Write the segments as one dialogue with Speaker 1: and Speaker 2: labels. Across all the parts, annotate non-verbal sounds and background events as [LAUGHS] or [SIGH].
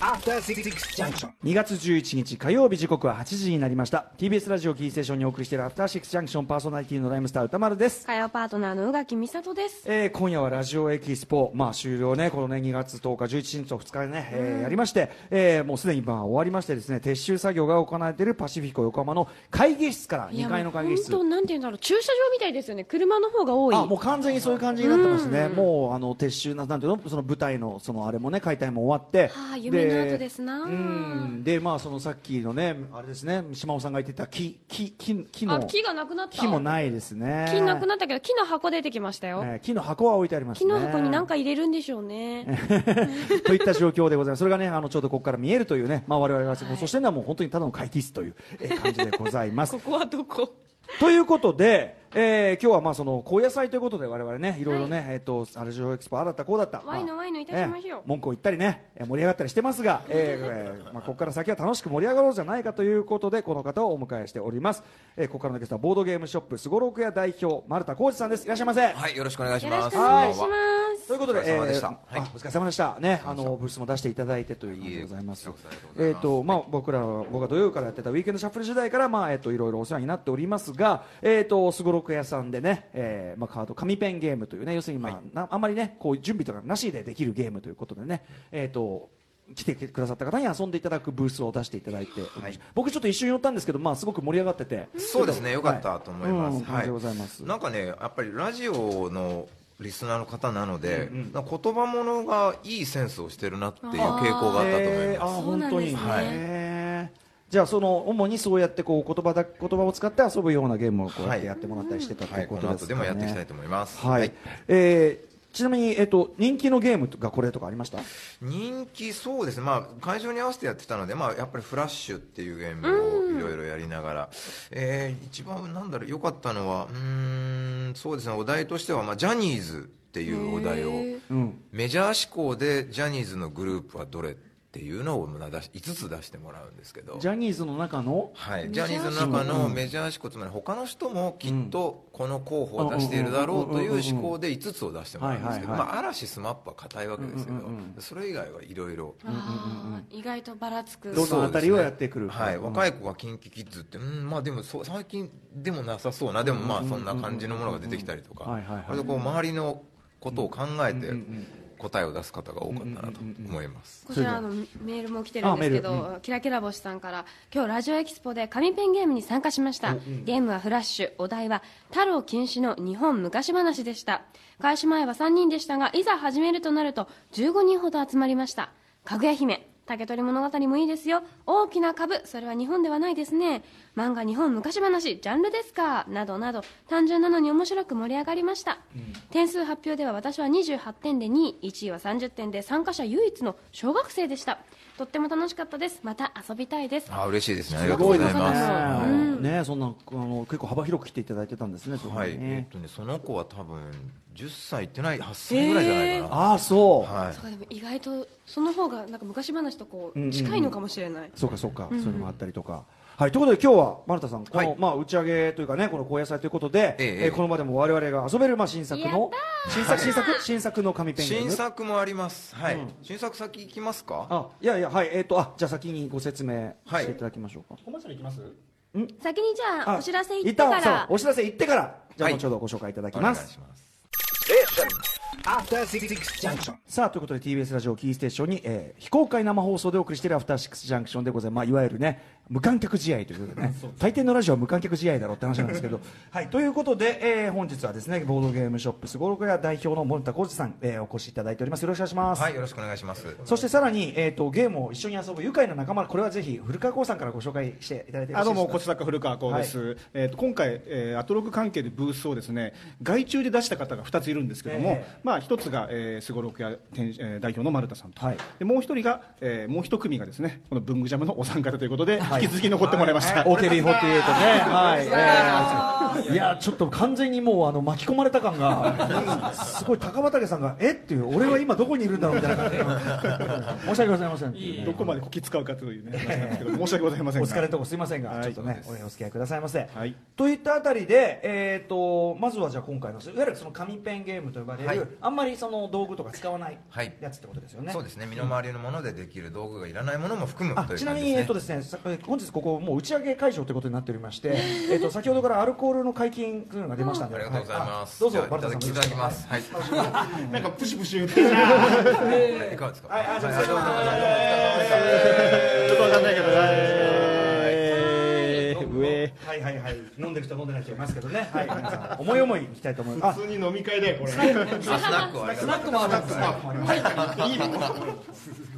Speaker 1: After Six Junction.
Speaker 2: 2月11日火曜日時刻は8時になりました TBS ラジオキーステーションにお送りしているアフターシックスジャンクションパーソナリティのライムスター歌丸です
Speaker 3: 火曜パートナーの宇垣美里です。
Speaker 2: えー今夜はラジオエキスポ、まあ、終了ね、このね、2月10日、11日と2日でね、えーやりまして、えーもうすでにまあ終わりましてですね、撤収作業が行われているパシフィコ横浜の会議室から、2階の会議室。
Speaker 3: 本当なんていうんだろう駐車場みたいですよね。車の方が多い。
Speaker 2: あもう完全にそういう感じになってますね、もうあの撤収な、なんていうの、その舞台のそのあれもね、解体も終わって、
Speaker 3: はあ夢の後ですな
Speaker 2: うんで、まあ、そのさっきのね、あれですね、島尾さんが言ってた木、木、木木
Speaker 3: あ
Speaker 2: の、
Speaker 3: 木がなくなった。
Speaker 2: 木もないですね、
Speaker 3: 木なくなったけど木の箱出てきましたよ。
Speaker 2: えー木の箱は置いてあります
Speaker 3: 木
Speaker 2: ね。
Speaker 3: の箱に何か入れるんでしょうね。
Speaker 2: [LAUGHS] といった状況でございます。それがね、あの、ちょうどここから見えるというね、まあ、我々が放送してるのはもう本当にただの会議室というえー感じでございます
Speaker 3: こ。こはどこ？
Speaker 2: ということで、えー今日はまあ、その、高野菜ということで我々ね、いろいろね、えっ、と、アルジオエクスポ、ああだった、こうだった。
Speaker 3: ワイの
Speaker 2: まあ
Speaker 3: ワイのいたしましょう
Speaker 2: えー文句を言ったりね、えー盛り上がったりしてますが、えーえーまあ、ここから先は楽しく盛り上がろうじゃないかということで、この方をお迎えしております。えーここからのゲストは、ボードゲームショップ、すごろく屋代表、丸田浩二さんです。いらっしゃいませ。
Speaker 4: はい、よろしくお願いし
Speaker 3: よろ
Speaker 4: ま
Speaker 3: し
Speaker 4: す。
Speaker 3: くお願いし
Speaker 4: こんばん
Speaker 3: ま
Speaker 4: は
Speaker 3: す。
Speaker 2: ということで、
Speaker 4: お疲れ様でした
Speaker 2: えー
Speaker 4: はい
Speaker 2: あお疲れ様でした。ね、あの、ブースも出していただいてということでございます。
Speaker 4: いえいえこちらこそありがとうございま
Speaker 2: えっ
Speaker 4: す
Speaker 2: と、まあ、僕らは、僕が土曜からやってたウィークエンドシャッフル時代から、まあ、えっと、いろいろお世話になっておりますが、えっと、すごろく屋さんでね、えーまあ、カード、紙ペンゲームというね、要するに、まあ、なあんまりね、こう、準備とかなしでできるゲームということでね、えっと、来てくださった方に遊んでいただくブースを出していただいております、
Speaker 4: はい
Speaker 2: 僕ちょっと一瞬寄ったんですけど、まあ、すごく盛り上がってて、
Speaker 4: そうですね、よかったと思います。
Speaker 2: うんありがとうございます
Speaker 4: なんかね、やっぱりラジオの。リスナーの方なので、なんか言葉ものがいいセンスをしてるなっていう傾向があったと思い
Speaker 2: へーあ
Speaker 4: ます。
Speaker 2: ー
Speaker 3: そう
Speaker 2: 本
Speaker 3: なん
Speaker 2: 当
Speaker 3: で
Speaker 2: に
Speaker 3: すね
Speaker 4: はい
Speaker 2: へーじゃあその主にそうやってこう言葉だ言葉を使って遊ぶようなゲームをこうやってやってもらったりしてたと
Speaker 4: はいい、
Speaker 2: うこ
Speaker 4: ことの
Speaker 2: です
Speaker 4: 後でもやっていきたいと思います。
Speaker 2: はい、
Speaker 4: はい
Speaker 2: えーちなみにえっ、と人気のゲームがこれとかありました？
Speaker 4: 人気そうですね、まあ、会場に合わせてやってたので、まあ、やっぱり「フラッシュ」っていうゲームをいろいろやりながら、えー一番なんだろう良かったのはうーんそうですねお題としては、まあ、ジャニーズっていうお題
Speaker 3: へ
Speaker 4: を
Speaker 3: ー
Speaker 2: うん。
Speaker 4: メジャー志向でジャニーズのグループはどれっていうのをまあ出し5つ出してもらうんですけど
Speaker 2: ジャニーズの中の
Speaker 4: はい、ジャニーズの中のメジャー志向つまり他の人もきっとこの候補を出しているだろうという思考で5つを出してもらうんですけど、
Speaker 2: はいはいはい
Speaker 4: まあ、嵐 SMAP は硬いわけですけど、それ以外はいろいろ。
Speaker 3: あー意外とばらつく。
Speaker 2: どのあたりをやってくる
Speaker 4: そうですねはい、
Speaker 2: うん
Speaker 4: 若い子が KinKiKids って、うん、まあでもそう最近でもなさそうなでもまあそんな感じのものが出てきたりとか
Speaker 2: うんうんうんはいはいはい
Speaker 4: 割とこう周りのことを考えて答えを出す方が多かったなと思います、
Speaker 3: こちらあのメールも来てるんですけ
Speaker 2: あメ
Speaker 3: ど、キラキラ星さんから今日ラジオエキスポで紙ペンゲームに参加しました、ゲームはフラッシュお題は太郎禁止の日本昔話でした開始前は3人でしたがいざ始めるとなると15人ほど集まりましたかぐや姫竹取物語もいいですよ大きな株それは日本ではないですね漫画日本昔話ジャンルですかなどなど単純なのに面白く盛り上がりました、点数発表では私は28点で2位1位は30点で参加者唯一の小学生でしたとっても楽しかったですまた遊びたいです
Speaker 4: あ嬉しいですねあり
Speaker 2: す
Speaker 4: がとうご
Speaker 2: ごい
Speaker 4: ざい
Speaker 2: で
Speaker 4: ますす
Speaker 2: ね。
Speaker 4: は
Speaker 2: う
Speaker 4: い
Speaker 2: んねそんなあの結構幅広く来ていただいてたんですね。そこ
Speaker 4: はい、
Speaker 2: に
Speaker 4: え
Speaker 2: ね
Speaker 4: っとねその子は多分10歳いってない8歳ぐらいじゃないかな、
Speaker 2: ああそう。
Speaker 4: はい
Speaker 3: そうかでも意外とその方がなんか昔話とこ
Speaker 2: うんうんう
Speaker 3: うん近いのかもしれない、
Speaker 2: そうかそうか、そういうのもあったりとか。はい、ということで今日は丸田さん、この、
Speaker 4: はい
Speaker 2: まあ打ち上げというかね、この高野祭ということで、
Speaker 4: ええ
Speaker 2: えーこの場でも我々が遊べるまあ新作
Speaker 3: やっ
Speaker 2: の新作新作新作の紙ペンゲーム
Speaker 4: 新作もありますはい、
Speaker 2: うん
Speaker 4: 新作先行きますか
Speaker 2: あ、いやいやはいえっ、とあじゃあ先にご説明
Speaker 4: はい
Speaker 2: していただきましょうか。
Speaker 5: コマーシャルいきます
Speaker 3: 先にじゃ
Speaker 2: あ
Speaker 3: あお知らせ行ってか
Speaker 2: 一旦
Speaker 3: ら
Speaker 2: そうお知らせ行ってからじゃ
Speaker 4: は
Speaker 2: あ
Speaker 4: い
Speaker 2: 後ほどご紹介いただき
Speaker 4: お願
Speaker 2: ま
Speaker 4: い
Speaker 2: す。
Speaker 4: します、
Speaker 1: After Six Junction.
Speaker 2: さあということで TBS ラジオキーステーションに、えー非公開生放送でお送りしているアフターシックスジャンクションでございます、まあ、いわゆるね無観客試合ということで
Speaker 5: [LAUGHS]
Speaker 2: ね大抵のラジオは無観客試合だろうって話なんですけどはいということで、えー本日はですねボードゲームショップすごろく屋代表の森田浩二さん、えーお越しいただいておりますよろしくお願いします、
Speaker 4: はいよろしくお願いします
Speaker 2: そしてさらに、えー、とゲームを一緒に遊ぶ愉快な仲間これはぜひ古川光さんからご紹介していただいてよ
Speaker 5: あ
Speaker 2: ろし
Speaker 5: ど
Speaker 2: いうです
Speaker 5: も
Speaker 2: か
Speaker 5: こちらか古川光です、えーと今回、えーアトログ関係でブースをですね外注で出した方が2ついるんですけども、
Speaker 2: ええ
Speaker 5: まあ、1つがすごろく屋店えー代表の丸田さんと、
Speaker 2: はい
Speaker 5: でもう1人が、えーもう1組がですねこの文具ジャムのお三方ということで、引き続き残ってもらいました。
Speaker 2: OKB48 ね、はい、えーいやちょっと完全にもうあの巻き込まれた感が、すごい高畑さんが、えっていう、俺は今どこにいるんだろうみたいな感じで、申し訳ございませんっていうね
Speaker 5: [LAUGHS] どこまでこき使うかというね、話なんですけど、申し訳ございません
Speaker 2: お
Speaker 5: が。
Speaker 2: 疲れのとこすいませんが、
Speaker 5: はい
Speaker 2: ちょっとね、お付き合いくださいませ。
Speaker 5: はい
Speaker 2: といったあたりで、えー、とまずはじゃあ今回の、いわゆるその紙ペンゲームと呼ばれる、
Speaker 4: はい
Speaker 2: あんまりその道具とか使わない
Speaker 4: はい
Speaker 2: やつってことですよね。
Speaker 4: そうですね身の回りのものでできる道具がいらないものも含む
Speaker 2: あ
Speaker 4: という
Speaker 2: ちな
Speaker 4: 感
Speaker 2: み
Speaker 4: じ
Speaker 2: に、え
Speaker 4: で
Speaker 2: っと
Speaker 4: す
Speaker 2: で
Speaker 4: ね
Speaker 2: すね、さえ本日ここもう打ち上げ会場ということになっておりまして、えっと先ほどからアルコールの解禁というのが出ましたので、
Speaker 4: ありがとうございます
Speaker 2: は
Speaker 4: じ
Speaker 2: いあ
Speaker 4: ゃ
Speaker 2: どう
Speaker 4: あ
Speaker 2: ぞバルタさん
Speaker 4: いただきますはい
Speaker 5: [LAUGHS] なんかプシュプシュ言っ
Speaker 2: [LAUGHS]
Speaker 5: てるな。
Speaker 4: いかがですか
Speaker 2: はいあじゃあ
Speaker 4: はいどうもどうもどうも
Speaker 5: ちょっとわかんないけど。えー上。
Speaker 2: はいはいはい飲んでる人飲んでない人いますけどね、はい皆さん思い思いいきたいと思います。
Speaker 5: 普通に飲み会だよ、これ。
Speaker 4: あスナックをあ
Speaker 2: あ
Speaker 4: りが
Speaker 2: ス
Speaker 4: とう
Speaker 2: ナックもあるんですね。
Speaker 5: いい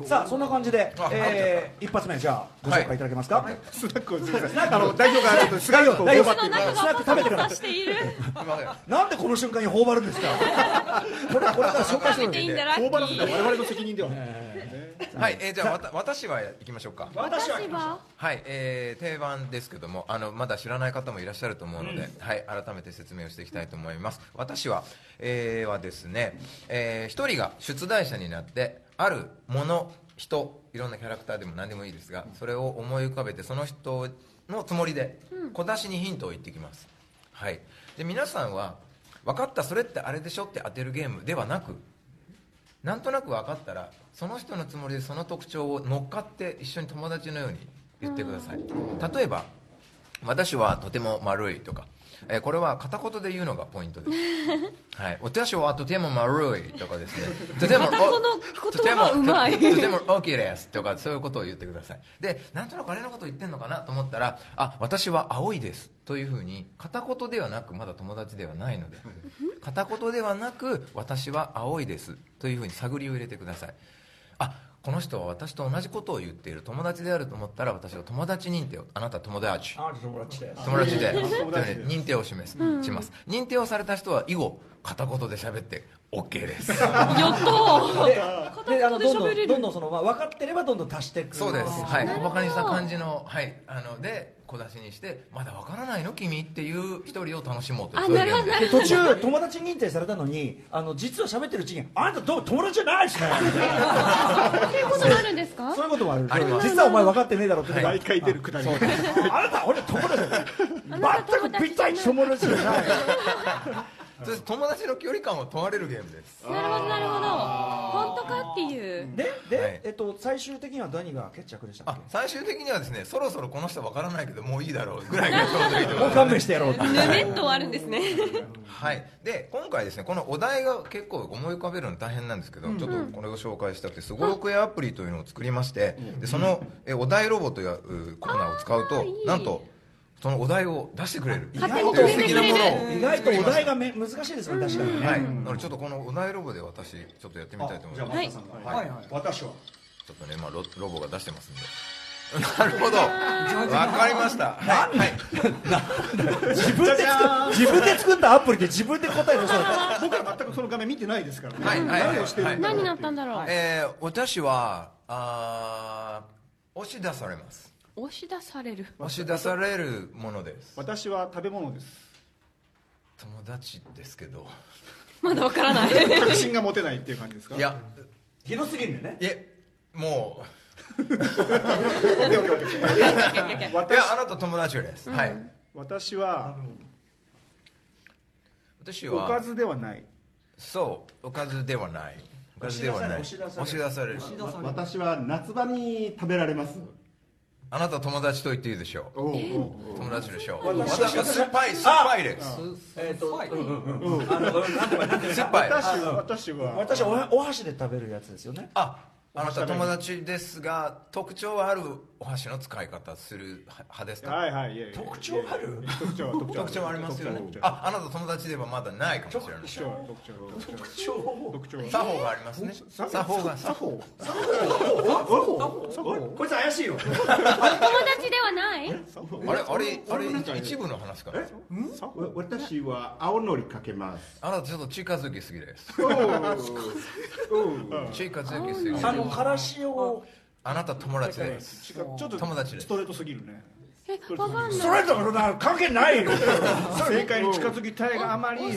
Speaker 5: の
Speaker 2: さあそんな感じで
Speaker 4: あ、
Speaker 2: えー、一発目じゃあご紹介いただけますか。
Speaker 5: スナックをすいませんあの、代表がちょっと菅井を
Speaker 2: 大
Speaker 5: 呼
Speaker 2: 丈夫
Speaker 5: ばって
Speaker 2: ス
Speaker 5: いた
Speaker 2: ナ
Speaker 5: だきま
Speaker 2: ック食べてから
Speaker 3: 出。している
Speaker 4: ございます
Speaker 2: なんでこの瞬間に頬張るんですか。これこれから紹介する
Speaker 3: 食べ
Speaker 2: の
Speaker 3: て
Speaker 2: に
Speaker 3: いいんだラ
Speaker 5: す。大
Speaker 3: ッ
Speaker 5: 腹
Speaker 3: キ
Speaker 5: す
Speaker 3: ー
Speaker 5: [LAUGHS] 我々の責任では。
Speaker 4: はいえーじゃあわた私は行きましょうか
Speaker 3: 私は
Speaker 4: はい、えー定番ですけどもあのまだ知らない方もいらっしゃると思うので、はい、改めて説明をしていきたいと思います私は,、えーはですね、えー一人が出題者になってあるもの人いろんなキャラクターでも何でもいいですがそれを思い浮かべてその人のつもりで小出しにヒントを言ってきます、はい、で皆さんは分かったそれってあれでしょって当てるゲームではなくなんとなく分かったらその人のつもりでその特徴を乗っかって一緒に友達のように言ってください例えば「私はとても丸い」とか、えーこれは片言で言うのがポイントです「
Speaker 3: [LAUGHS]
Speaker 4: はい、私はとても丸い」とかですね「とても
Speaker 3: 片言の
Speaker 4: お
Speaker 3: 言葉うまい
Speaker 4: とてもとても OK です」とかそういうことを言ってくださいでなんとなくあれのこと言ってんのかなと思ったら「あ私は青いです」というふうに片言ではなくまだ友達ではないので片言ではなく「私は青いです」というふうに探りを入れてくださいあこの人は私と同じことを言っている友達であると思ったら私は友達認定をあなた友達
Speaker 2: あ友達で
Speaker 4: 友達で
Speaker 5: 友達で
Speaker 4: 認定を示す、します認定をされた人は以後片言で喋って OK です
Speaker 3: やっと
Speaker 2: でであのどんど
Speaker 3: 片言で喋れ
Speaker 2: んどんど
Speaker 3: る
Speaker 2: んそのまあ分かってればどんどん足していく
Speaker 4: そうですはい
Speaker 3: なるほ
Speaker 4: 小
Speaker 3: ど
Speaker 4: バカにした感じのはいあので小出しにしてまだわからないの君っていう一人を楽しもうという
Speaker 3: あ
Speaker 4: そういう
Speaker 3: なるほど
Speaker 4: ゲーム
Speaker 2: で途中友達認定されたのにあの実は喋ってるうちにあんたどう友達じゃないしね
Speaker 3: そういうこともあるんですか
Speaker 2: そういうこともある
Speaker 4: あります
Speaker 2: 実はお前分かってねえだろって、
Speaker 4: はい
Speaker 5: 毎回出るくだり。 [LAUGHS]
Speaker 2: あなた俺友達全くぴったり友達じゃない
Speaker 4: そして友達の距離感を問われるゲームです
Speaker 3: なるほどなるほど本当かっていう
Speaker 2: でで、
Speaker 4: はい
Speaker 2: えっと、最終的には何が決着でしたっ
Speaker 4: あ
Speaker 2: け
Speaker 4: 最終的にはですねそろそろこの人わからないけどもういいだろうぐらいがちょうどいいと思います
Speaker 2: もう勘弁してやろうって
Speaker 3: ぬめっと終わるんですね
Speaker 4: [LAUGHS] はい、で今回ですねこのお題が結構思い浮かべるの大変なんですけど、ちょっとこれを紹介したくてすごろくやアプリというのを作りまして、でそのえお題ロボといううコーナーを使う
Speaker 3: あ
Speaker 4: と
Speaker 3: ーいい
Speaker 4: なんとそのお題を出してくれる
Speaker 2: 意外
Speaker 3: 勝手に
Speaker 2: と
Speaker 3: 決めてくれる
Speaker 2: 意外とお題がめ難しいですね確かにね、
Speaker 4: はい、なのでちょっとこのお題ロボで私ちょっとやってみたいと思います、
Speaker 3: はい
Speaker 2: はいはい
Speaker 5: 私は。
Speaker 4: ちょっとね、まあ、ロロボが出してますんで [LAUGHS] なるほどわかりましたはい、はい、
Speaker 2: 自分で [LAUGHS] 作自分で作ったアプリで自分で答え出された
Speaker 5: 僕ら全くその画面見てないですからね。
Speaker 4: はいはいはい
Speaker 5: 何をしてるんだろう
Speaker 3: 何になったんだろう
Speaker 4: えー私はあー押し出されます
Speaker 3: 押し出される
Speaker 4: 押し出されるものです
Speaker 5: 私は食べ物です。
Speaker 4: 友達ですけど
Speaker 3: まだわからない
Speaker 5: 確信が持てないっていう感じですか。
Speaker 4: いや
Speaker 2: 広すぎるんだよね
Speaker 4: いえも
Speaker 5: オッケーオッケーオッケー。
Speaker 4: ういや
Speaker 5: 私
Speaker 4: あなた友達です、はい
Speaker 5: 私は
Speaker 4: 私
Speaker 5: おか
Speaker 4: は
Speaker 5: ずではない。
Speaker 4: そうおかずではないおかずではない
Speaker 2: 押し出される
Speaker 4: 押し出される
Speaker 6: 私は夏場に食べられます
Speaker 4: あなた友達と言っていいでしょ
Speaker 5: おうおう
Speaker 4: う
Speaker 5: おう
Speaker 4: 友達でしょう私は酸っぱい酸っぱいです
Speaker 2: えっとうんうんうんあのなんていうかなんていうか
Speaker 4: 酸っぱい
Speaker 5: 私は私は
Speaker 2: 私おはお箸で食べるやつですよね
Speaker 4: ああなた友達ですが特徴はあるお箸の使い方する派ですか
Speaker 5: はいはいいやいや
Speaker 2: 特徴ある
Speaker 5: 特徴は特徴
Speaker 4: 特徴ありますよね
Speaker 5: 特徴
Speaker 4: ああなた友達ではまだないかもしれない
Speaker 5: 特徴は特徴特徴
Speaker 2: 超こ
Speaker 5: 特徴は
Speaker 4: 作法がありますね作法が
Speaker 5: 作法
Speaker 2: いつ怪しいよ
Speaker 3: 友達ではない
Speaker 4: あれあれあれ一部の話かな
Speaker 5: 作法
Speaker 6: わ私は青のりかけます
Speaker 4: あなたちょっと近づきすぎです
Speaker 5: おうおう
Speaker 4: 近づきすぎです
Speaker 2: あのからしを
Speaker 4: あなた友達で
Speaker 5: ちょっと
Speaker 4: 友達で
Speaker 5: ストレートすぎるね
Speaker 3: え、わかん
Speaker 5: ス
Speaker 3: ない。
Speaker 5: トレートがそんな関係ないよ正解に近づきたいがあまり違う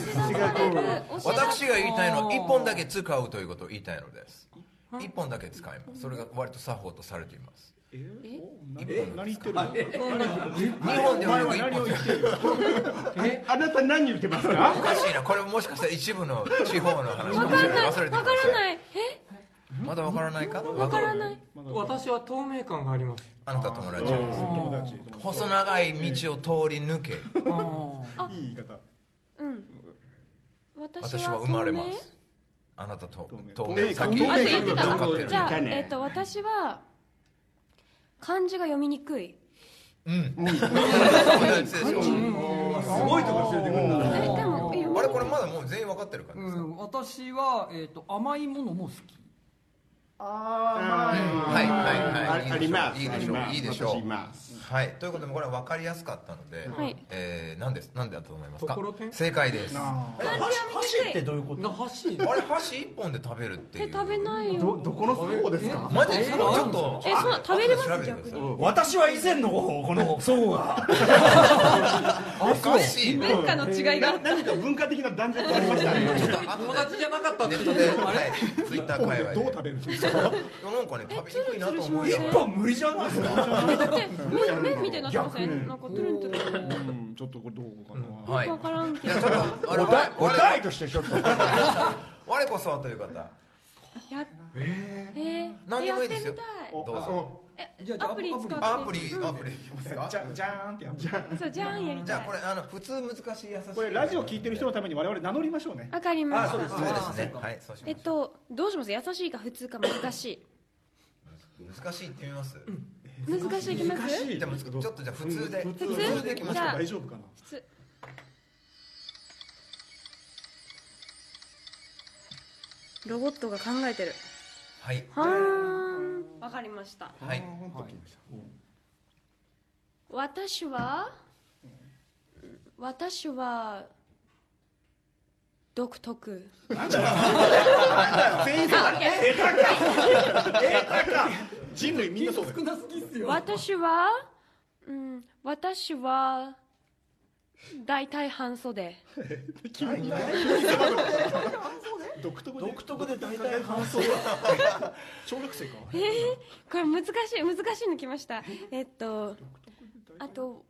Speaker 4: 私が言いたいのは1本だけ使うということを言いたいのです1本だけ使いますそれが割と作法とされています
Speaker 5: えお何言ってるの
Speaker 4: 日本で
Speaker 5: お
Speaker 4: も
Speaker 5: 前
Speaker 4: よく
Speaker 5: は
Speaker 4: 1
Speaker 5: 何を
Speaker 4: 本
Speaker 5: 言ってるの
Speaker 7: あなた何言ってますか
Speaker 4: おかしいなこれもしかしたら一部の地方の話か
Speaker 3: わ
Speaker 4: も
Speaker 3: か
Speaker 4: しれ
Speaker 3: んない。
Speaker 4: ない
Speaker 3: わ
Speaker 4: 忘れてくだ
Speaker 3: か
Speaker 4: さ
Speaker 3: ら
Speaker 4: い
Speaker 3: ない。え、
Speaker 4: まだわからないか
Speaker 3: わからない。
Speaker 8: 私は透明感があります
Speaker 4: あなた友達です
Speaker 5: 友達
Speaker 4: 細長い道を通り抜け
Speaker 5: いい言い方
Speaker 3: うん。私
Speaker 4: 私は
Speaker 3: は
Speaker 4: 生まれますあなたと透
Speaker 7: 透
Speaker 4: 明
Speaker 7: 明
Speaker 4: さっき
Speaker 7: 透明
Speaker 4: さっき言ってた
Speaker 7: 透明
Speaker 4: 分かってる
Speaker 3: じゃあ、
Speaker 7: いいかね
Speaker 3: えっと、私は。漢字が読みにくい。
Speaker 4: 友達でしょ
Speaker 5: すごいとこ連れてくるんだ
Speaker 3: え、でも、読み
Speaker 4: あれこれまだもう全員分かってるから
Speaker 8: う
Speaker 4: ですか
Speaker 8: ん、私は、えー、と甘いものも好き
Speaker 4: はいはいはい
Speaker 7: ああります
Speaker 4: いいでしょういいでしょう
Speaker 7: あります
Speaker 4: はいということでこれは分かりやすかったので、
Speaker 3: はい
Speaker 4: えー、何です何だと思いますか
Speaker 8: ところてん
Speaker 4: 正解ですあ
Speaker 2: 箸ってどういうこと
Speaker 8: な箸
Speaker 4: れ箸一本で食べるってい
Speaker 3: え、
Speaker 4: う
Speaker 3: 食べない
Speaker 7: ど
Speaker 3: よ。
Speaker 7: どこの作法ですか
Speaker 4: マジでちょっと
Speaker 3: えそう食べれます
Speaker 4: 調べてください
Speaker 2: 私は以前のこの祖母が
Speaker 4: おかしい
Speaker 3: 文化の違いがあった。
Speaker 7: 何か文化的な断絶がありましたね
Speaker 8: 友達じゃなかったって
Speaker 4: ネッ
Speaker 8: い
Speaker 4: トで、
Speaker 8: うのあ
Speaker 4: は
Speaker 8: れ
Speaker 4: い、ツイッター界隈で
Speaker 5: どう食べるんですか
Speaker 4: なんかね食べにくいなと思い
Speaker 3: え
Speaker 4: な
Speaker 3: ツ
Speaker 4: がら
Speaker 2: 一
Speaker 3: ルツルします
Speaker 2: 本無理じゃないですか
Speaker 3: で、目、目みたいになってません。なんか、トゥルントゥルン。
Speaker 5: うんちょっとこれどうかな
Speaker 4: はい
Speaker 3: わからんけ
Speaker 4: い
Speaker 3: ど
Speaker 4: やちょっとあれ
Speaker 2: お題お
Speaker 4: 我
Speaker 2: 題としてちょっと
Speaker 4: 我こそはという方
Speaker 3: やえー
Speaker 4: 何でもいいですよ
Speaker 3: やってみ
Speaker 4: どうぞ
Speaker 3: たいえ
Speaker 8: じゃあじゃあ
Speaker 3: アプリ使って
Speaker 4: アプリアプリいきますか
Speaker 5: じゃじゃーんってやる
Speaker 3: そうじゃんやり
Speaker 4: じ
Speaker 3: た
Speaker 4: ゃあ
Speaker 3: い
Speaker 4: これあの普通難しい優しい
Speaker 5: これラジオ聞いてる人のために我々名乗りましょうね
Speaker 3: わかりまし
Speaker 4: そうです
Speaker 3: た
Speaker 4: そうで
Speaker 8: あ
Speaker 4: す
Speaker 8: そう
Speaker 4: ね
Speaker 8: か
Speaker 4: はいそうしま
Speaker 3: え
Speaker 4: し
Speaker 3: っとどうします優しいか普通か難しい
Speaker 4: ょう難しいってみます
Speaker 3: 難しいいきます
Speaker 5: い
Speaker 4: じゃあむずちょっとじゃあ普通で
Speaker 3: 普通
Speaker 4: でいきます
Speaker 3: じゃあ
Speaker 5: 大丈夫かな
Speaker 3: 普通ロボットが考えてる
Speaker 4: はい
Speaker 3: はーんわかりました
Speaker 4: はい
Speaker 3: 私は私は独特
Speaker 5: 全員そうだえたかえたか人類みんなそうだよ
Speaker 8: 少なすぎっすよ
Speaker 3: 私は、うん、私は大体半袖
Speaker 5: 独特で
Speaker 2: 独特で大体半袖
Speaker 5: 小学生か
Speaker 3: えー、これ難しい難しいのきま
Speaker 7: [LAUGHS]
Speaker 3: したえっとあと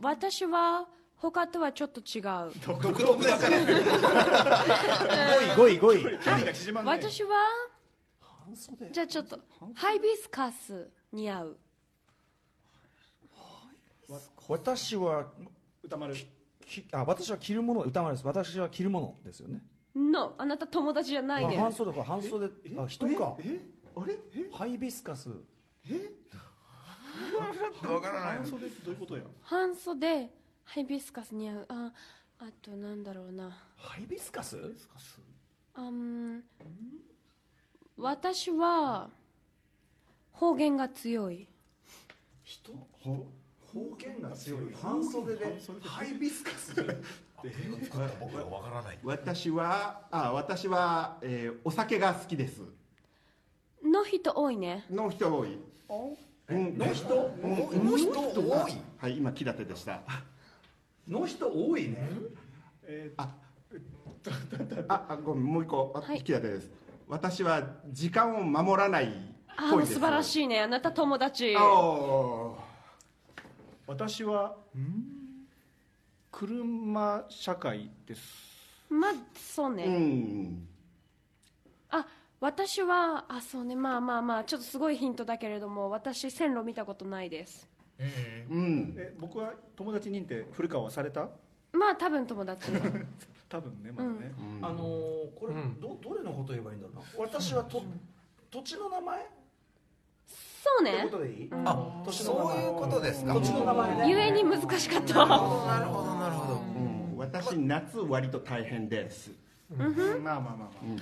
Speaker 3: 私は他とはちょっと違う
Speaker 2: 5位5位
Speaker 5: 距離が縮まんない
Speaker 3: 私はじゃあちょっとハイビスカス似合う
Speaker 9: 私は
Speaker 5: 歌丸
Speaker 9: きあ私は着るもの歌丸です私は着るものですよね
Speaker 3: のあなた友達じゃない
Speaker 9: あ
Speaker 3: で
Speaker 9: 半袖か半袖あ人か
Speaker 5: えあれえ
Speaker 9: ハイビスカス
Speaker 4: わからない
Speaker 5: 半袖ってどういうことや
Speaker 3: 半袖ハイビスカス似合うああとなんだろうな
Speaker 2: ハイビスカス
Speaker 3: あん私は方言が強い
Speaker 2: 方言が強い半袖でハイビスカス
Speaker 4: 僕はわからない
Speaker 7: 私はあ私は、えーお酒が好きです
Speaker 3: の人多いね
Speaker 7: の人多いうん
Speaker 2: の人
Speaker 4: もう人多い
Speaker 7: はい今木立でした
Speaker 2: の人多いね
Speaker 7: [LAUGHS] ああごめんもう一個あ
Speaker 3: はい
Speaker 7: 木立です私は時間を守らない
Speaker 3: あ
Speaker 7: 恋
Speaker 3: あ
Speaker 7: です
Speaker 3: 素晴らしいねあなた友達
Speaker 7: あお
Speaker 5: 私は車社会です
Speaker 3: まあそうね、
Speaker 7: ーうん
Speaker 3: あ私はあそうねまあまあまあちょっとすごいヒントだけれども私線路見たことないです
Speaker 7: うん
Speaker 5: え僕は友達認定古川はされた
Speaker 3: まあ多分友達
Speaker 2: [LAUGHS]
Speaker 5: 多分ねまだね
Speaker 2: あのーこれ
Speaker 8: うん
Speaker 2: どどれのこと言えばいいんだろうな私はと土地の名前っ
Speaker 3: そう
Speaker 2: て
Speaker 3: ね
Speaker 2: ことでいい
Speaker 4: あそういうことですか
Speaker 2: 土地の名前ね
Speaker 3: ゆえに難しかった
Speaker 4: なるほどなるほど
Speaker 7: うん私夏割と大変です
Speaker 5: まあまあまあ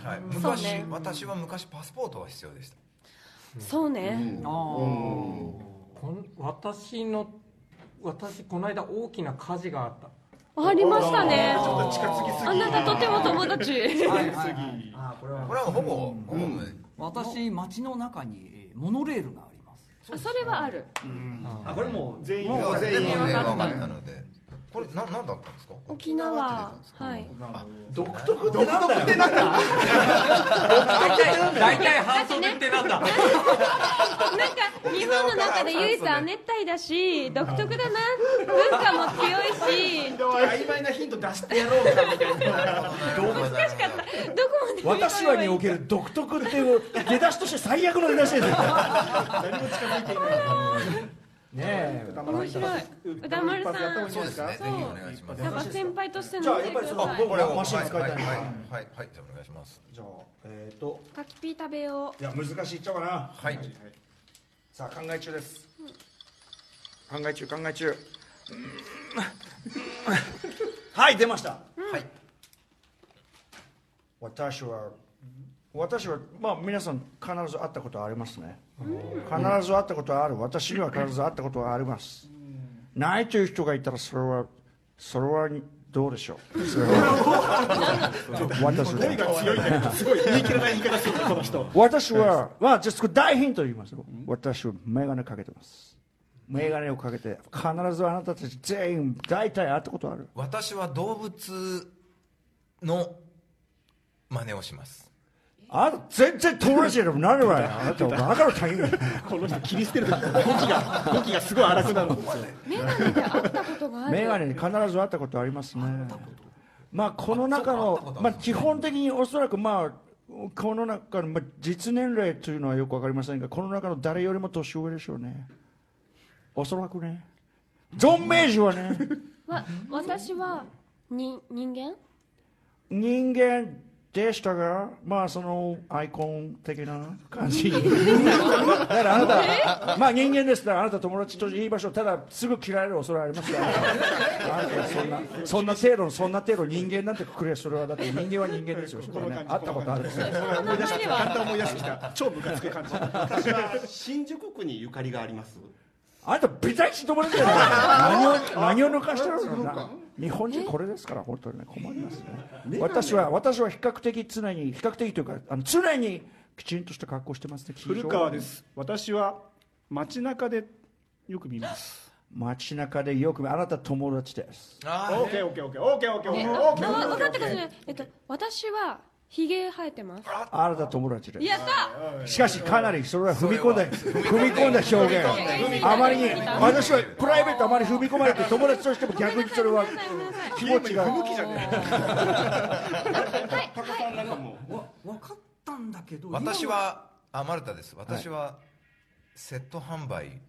Speaker 5: ま
Speaker 4: はい
Speaker 3: そう
Speaker 4: 昔
Speaker 3: ね
Speaker 4: 私は昔パスポートは必要でした
Speaker 3: そうね、
Speaker 8: あーこん私の私この間大きな火事があった
Speaker 3: ありましたね
Speaker 5: あ近づきすぎ
Speaker 3: あなたとても友達
Speaker 8: はいはいはい
Speaker 2: あーこれは
Speaker 4: これはほぼ、ほぼ
Speaker 8: 私街の中にえーモノレールがあります
Speaker 3: あそれはある
Speaker 10: あこれもう全員
Speaker 4: もう全員
Speaker 3: 分
Speaker 4: 分
Speaker 3: か
Speaker 4: か
Speaker 3: っ
Speaker 4: ったたのでこれな何だったんですか
Speaker 3: 沖縄はい
Speaker 2: 独特ってなんだよ
Speaker 11: 大体大体半袖ってなん
Speaker 8: [LAUGHS]
Speaker 11: だ
Speaker 3: なんか日本の中で唯一亜熱帯だし独特だな文化も強いしどこ
Speaker 2: 曖昧なヒント出してやろうかみたいな
Speaker 4: 難しかった
Speaker 3: まで
Speaker 2: 私はにおける独特っていう出だしとして最悪の出だしです [LAUGHS] よ
Speaker 10: ねえ
Speaker 3: 面白い歌丸さん
Speaker 4: そうですねぜひお願いします
Speaker 3: なんか先輩として
Speaker 2: じゃ
Speaker 3: の
Speaker 2: あ
Speaker 3: 見
Speaker 2: や
Speaker 3: て
Speaker 2: っ
Speaker 3: く
Speaker 2: ぱ
Speaker 3: だ
Speaker 2: りそ
Speaker 3: さい
Speaker 2: の
Speaker 4: これを
Speaker 2: マシン使いたいな
Speaker 4: はいはいはいはいじゃあお願いします
Speaker 10: じゃあえっ、と
Speaker 3: 柿ピー食べよう
Speaker 2: いや難しいっちゃうかな
Speaker 4: はい
Speaker 2: さあ考え中です考え中考え中はい出ましたはい私は私はまあ皆さん必ず会ったことはありますね必ず会ったことはある私には必ず会ったことはありますないという人がいたらそれはそれはどうでしょうそれは私は私は、まあ、じゃあ大ヒント言いますよ。私はメガネかけてます。メガネをかけて、必ずあなたたち全員、大体会ったことある。
Speaker 4: 私は動物の真似をします
Speaker 2: あなた、全然友達でもなれ
Speaker 4: [LAUGHS]
Speaker 2: ばよ。あなた、バカの他人
Speaker 5: この人切り捨てる時語気が語気がすごい荒くなるんですよ
Speaker 3: メガネで会ったことがある
Speaker 2: メガネに必ず会ったことありますね。まあ、この中
Speaker 4: あそう
Speaker 2: の
Speaker 4: か、
Speaker 2: ま
Speaker 4: 会ったことある
Speaker 2: あ、基本的におそらく、まあ、この中の、まあ、実年齢というのはよくわかりませんが、この中の誰よりも年上でしょうね。おそらくね。存命時はね。
Speaker 3: わ私はに人間
Speaker 2: 人間でしたが、まあそのアイコン的な感じ。だからあなた、まあ人間ですからあなた友達と言いましょう。ただすぐ嫌われる恐れはありますから。あなたそんなそんな程度のそんな程度人間なんてくくれそれはだって人間は人間ですよ。それはね、会ったことあるんですよ。
Speaker 3: この名前では
Speaker 5: 思い出してきた超ムカつく感じ
Speaker 7: 私は新宿区にゆかりがあります。
Speaker 2: あなたビタイチ友達じゃないですか。何を何を抜かしてるのな。日本人これですから本当にね困りますね。私は私は比較的常に比較的というかあの常にきちんとした格好してますね。
Speaker 5: 古川です私は街中でよく見ます
Speaker 2: 街中でよくあなた友達です
Speaker 4: あ
Speaker 5: オーケーオーケーオーケーオーケーオーケーオ
Speaker 3: え
Speaker 5: ー
Speaker 3: あ
Speaker 5: ケー
Speaker 3: あ分かったかもしれないえっと私はひげ生えてます
Speaker 2: あなた友達です
Speaker 3: やった
Speaker 2: しかしかなりそれは踏み込んだ踏み込んだ表現あまりに私はプライベートあまり踏み込まれて友達としても逆にそれは
Speaker 3: ごめんなさいごめんなさい
Speaker 2: 気持ちが
Speaker 7: タカさんなんかもう
Speaker 8: わ分かったんだけど
Speaker 4: 私
Speaker 8: 今の
Speaker 4: はあマルタです私はセット販売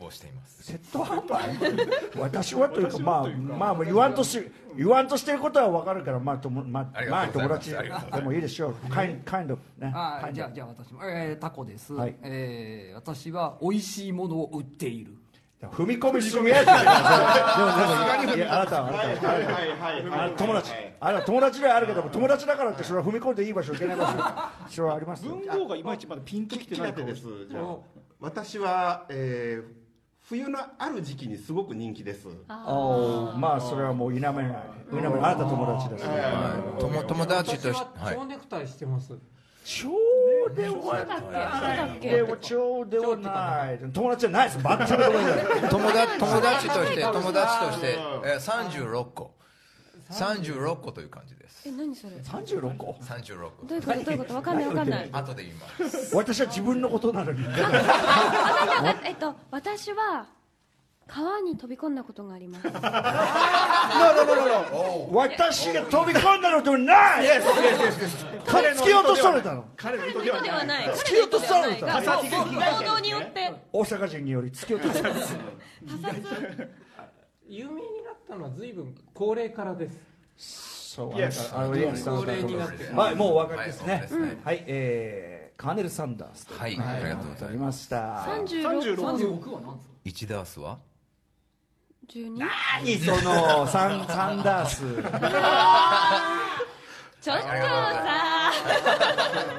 Speaker 4: をしています
Speaker 2: セット販売私はというかまあまあ言わんとし言わんとしてることは分かるからまあともま
Speaker 4: あ
Speaker 2: あ
Speaker 4: り
Speaker 2: まあ
Speaker 4: がとう
Speaker 2: 友
Speaker 4: ござ
Speaker 2: 達
Speaker 4: います
Speaker 2: でもいいでしょうカインカインドね
Speaker 8: あ
Speaker 2: カイ
Speaker 8: ー
Speaker 2: ン
Speaker 8: じ
Speaker 2: ド
Speaker 8: ゃあじゃあ私も、えー、タコです、
Speaker 2: はい
Speaker 8: えー私は美味しいものを売っている
Speaker 2: 踏み込みすぎやつだよでもでもいやあなたはあなたは
Speaker 7: はいはいはいは
Speaker 2: あ
Speaker 7: い
Speaker 2: 友達あれは友達ではあるけども友達だからってそれは踏み込んでいい場所いけない場所それはありますよ
Speaker 5: 文豪がいまいちまだピンときて
Speaker 7: き
Speaker 5: な
Speaker 7: ないて
Speaker 5: と
Speaker 7: です。じゃあ私は、えー冬のある時期にすごく人気です。
Speaker 2: おーまあそれはもう否めない否めないあなた友達ですね
Speaker 4: はい友友達
Speaker 11: 私
Speaker 4: として
Speaker 11: は
Speaker 4: はい
Speaker 11: 蝶ネクタイしてます
Speaker 2: 超ではない
Speaker 3: け
Speaker 2: でも超ではない友達じゃないです全く友達じゃない
Speaker 4: 友達友達として友達としてえー36個36個という感じです
Speaker 3: え何それ
Speaker 2: 36個
Speaker 4: 36個
Speaker 3: どういうことどういうことわかんないわかんない
Speaker 4: 後で言います
Speaker 2: 私は自分の [LAUGHS] ことなのに
Speaker 3: えっと私は川に飛び込んだことがあります
Speaker 2: [LAUGHS] 私が飛び込んだのではない突き落とされたの
Speaker 5: 彼の意図
Speaker 3: これではない
Speaker 2: 突き落とされた
Speaker 3: これではないがもう行動によって
Speaker 2: 大阪人により突き落とされた
Speaker 11: 有名になったのは随分高齢からです
Speaker 2: そうあなたあのイエスさん
Speaker 11: 高齢になって
Speaker 2: はいもうお分かりですね、
Speaker 4: はいそうですね
Speaker 2: はい、えー、カーネル・サンダースと
Speaker 4: はいありがとうございます
Speaker 2: ました
Speaker 3: 三十
Speaker 8: 三
Speaker 3: 六
Speaker 8: 十六は何ですか
Speaker 4: 1ダースは
Speaker 3: 十二
Speaker 2: 何そ
Speaker 4: [LAUGHS]
Speaker 2: のサンサンダース
Speaker 3: ちょっとさ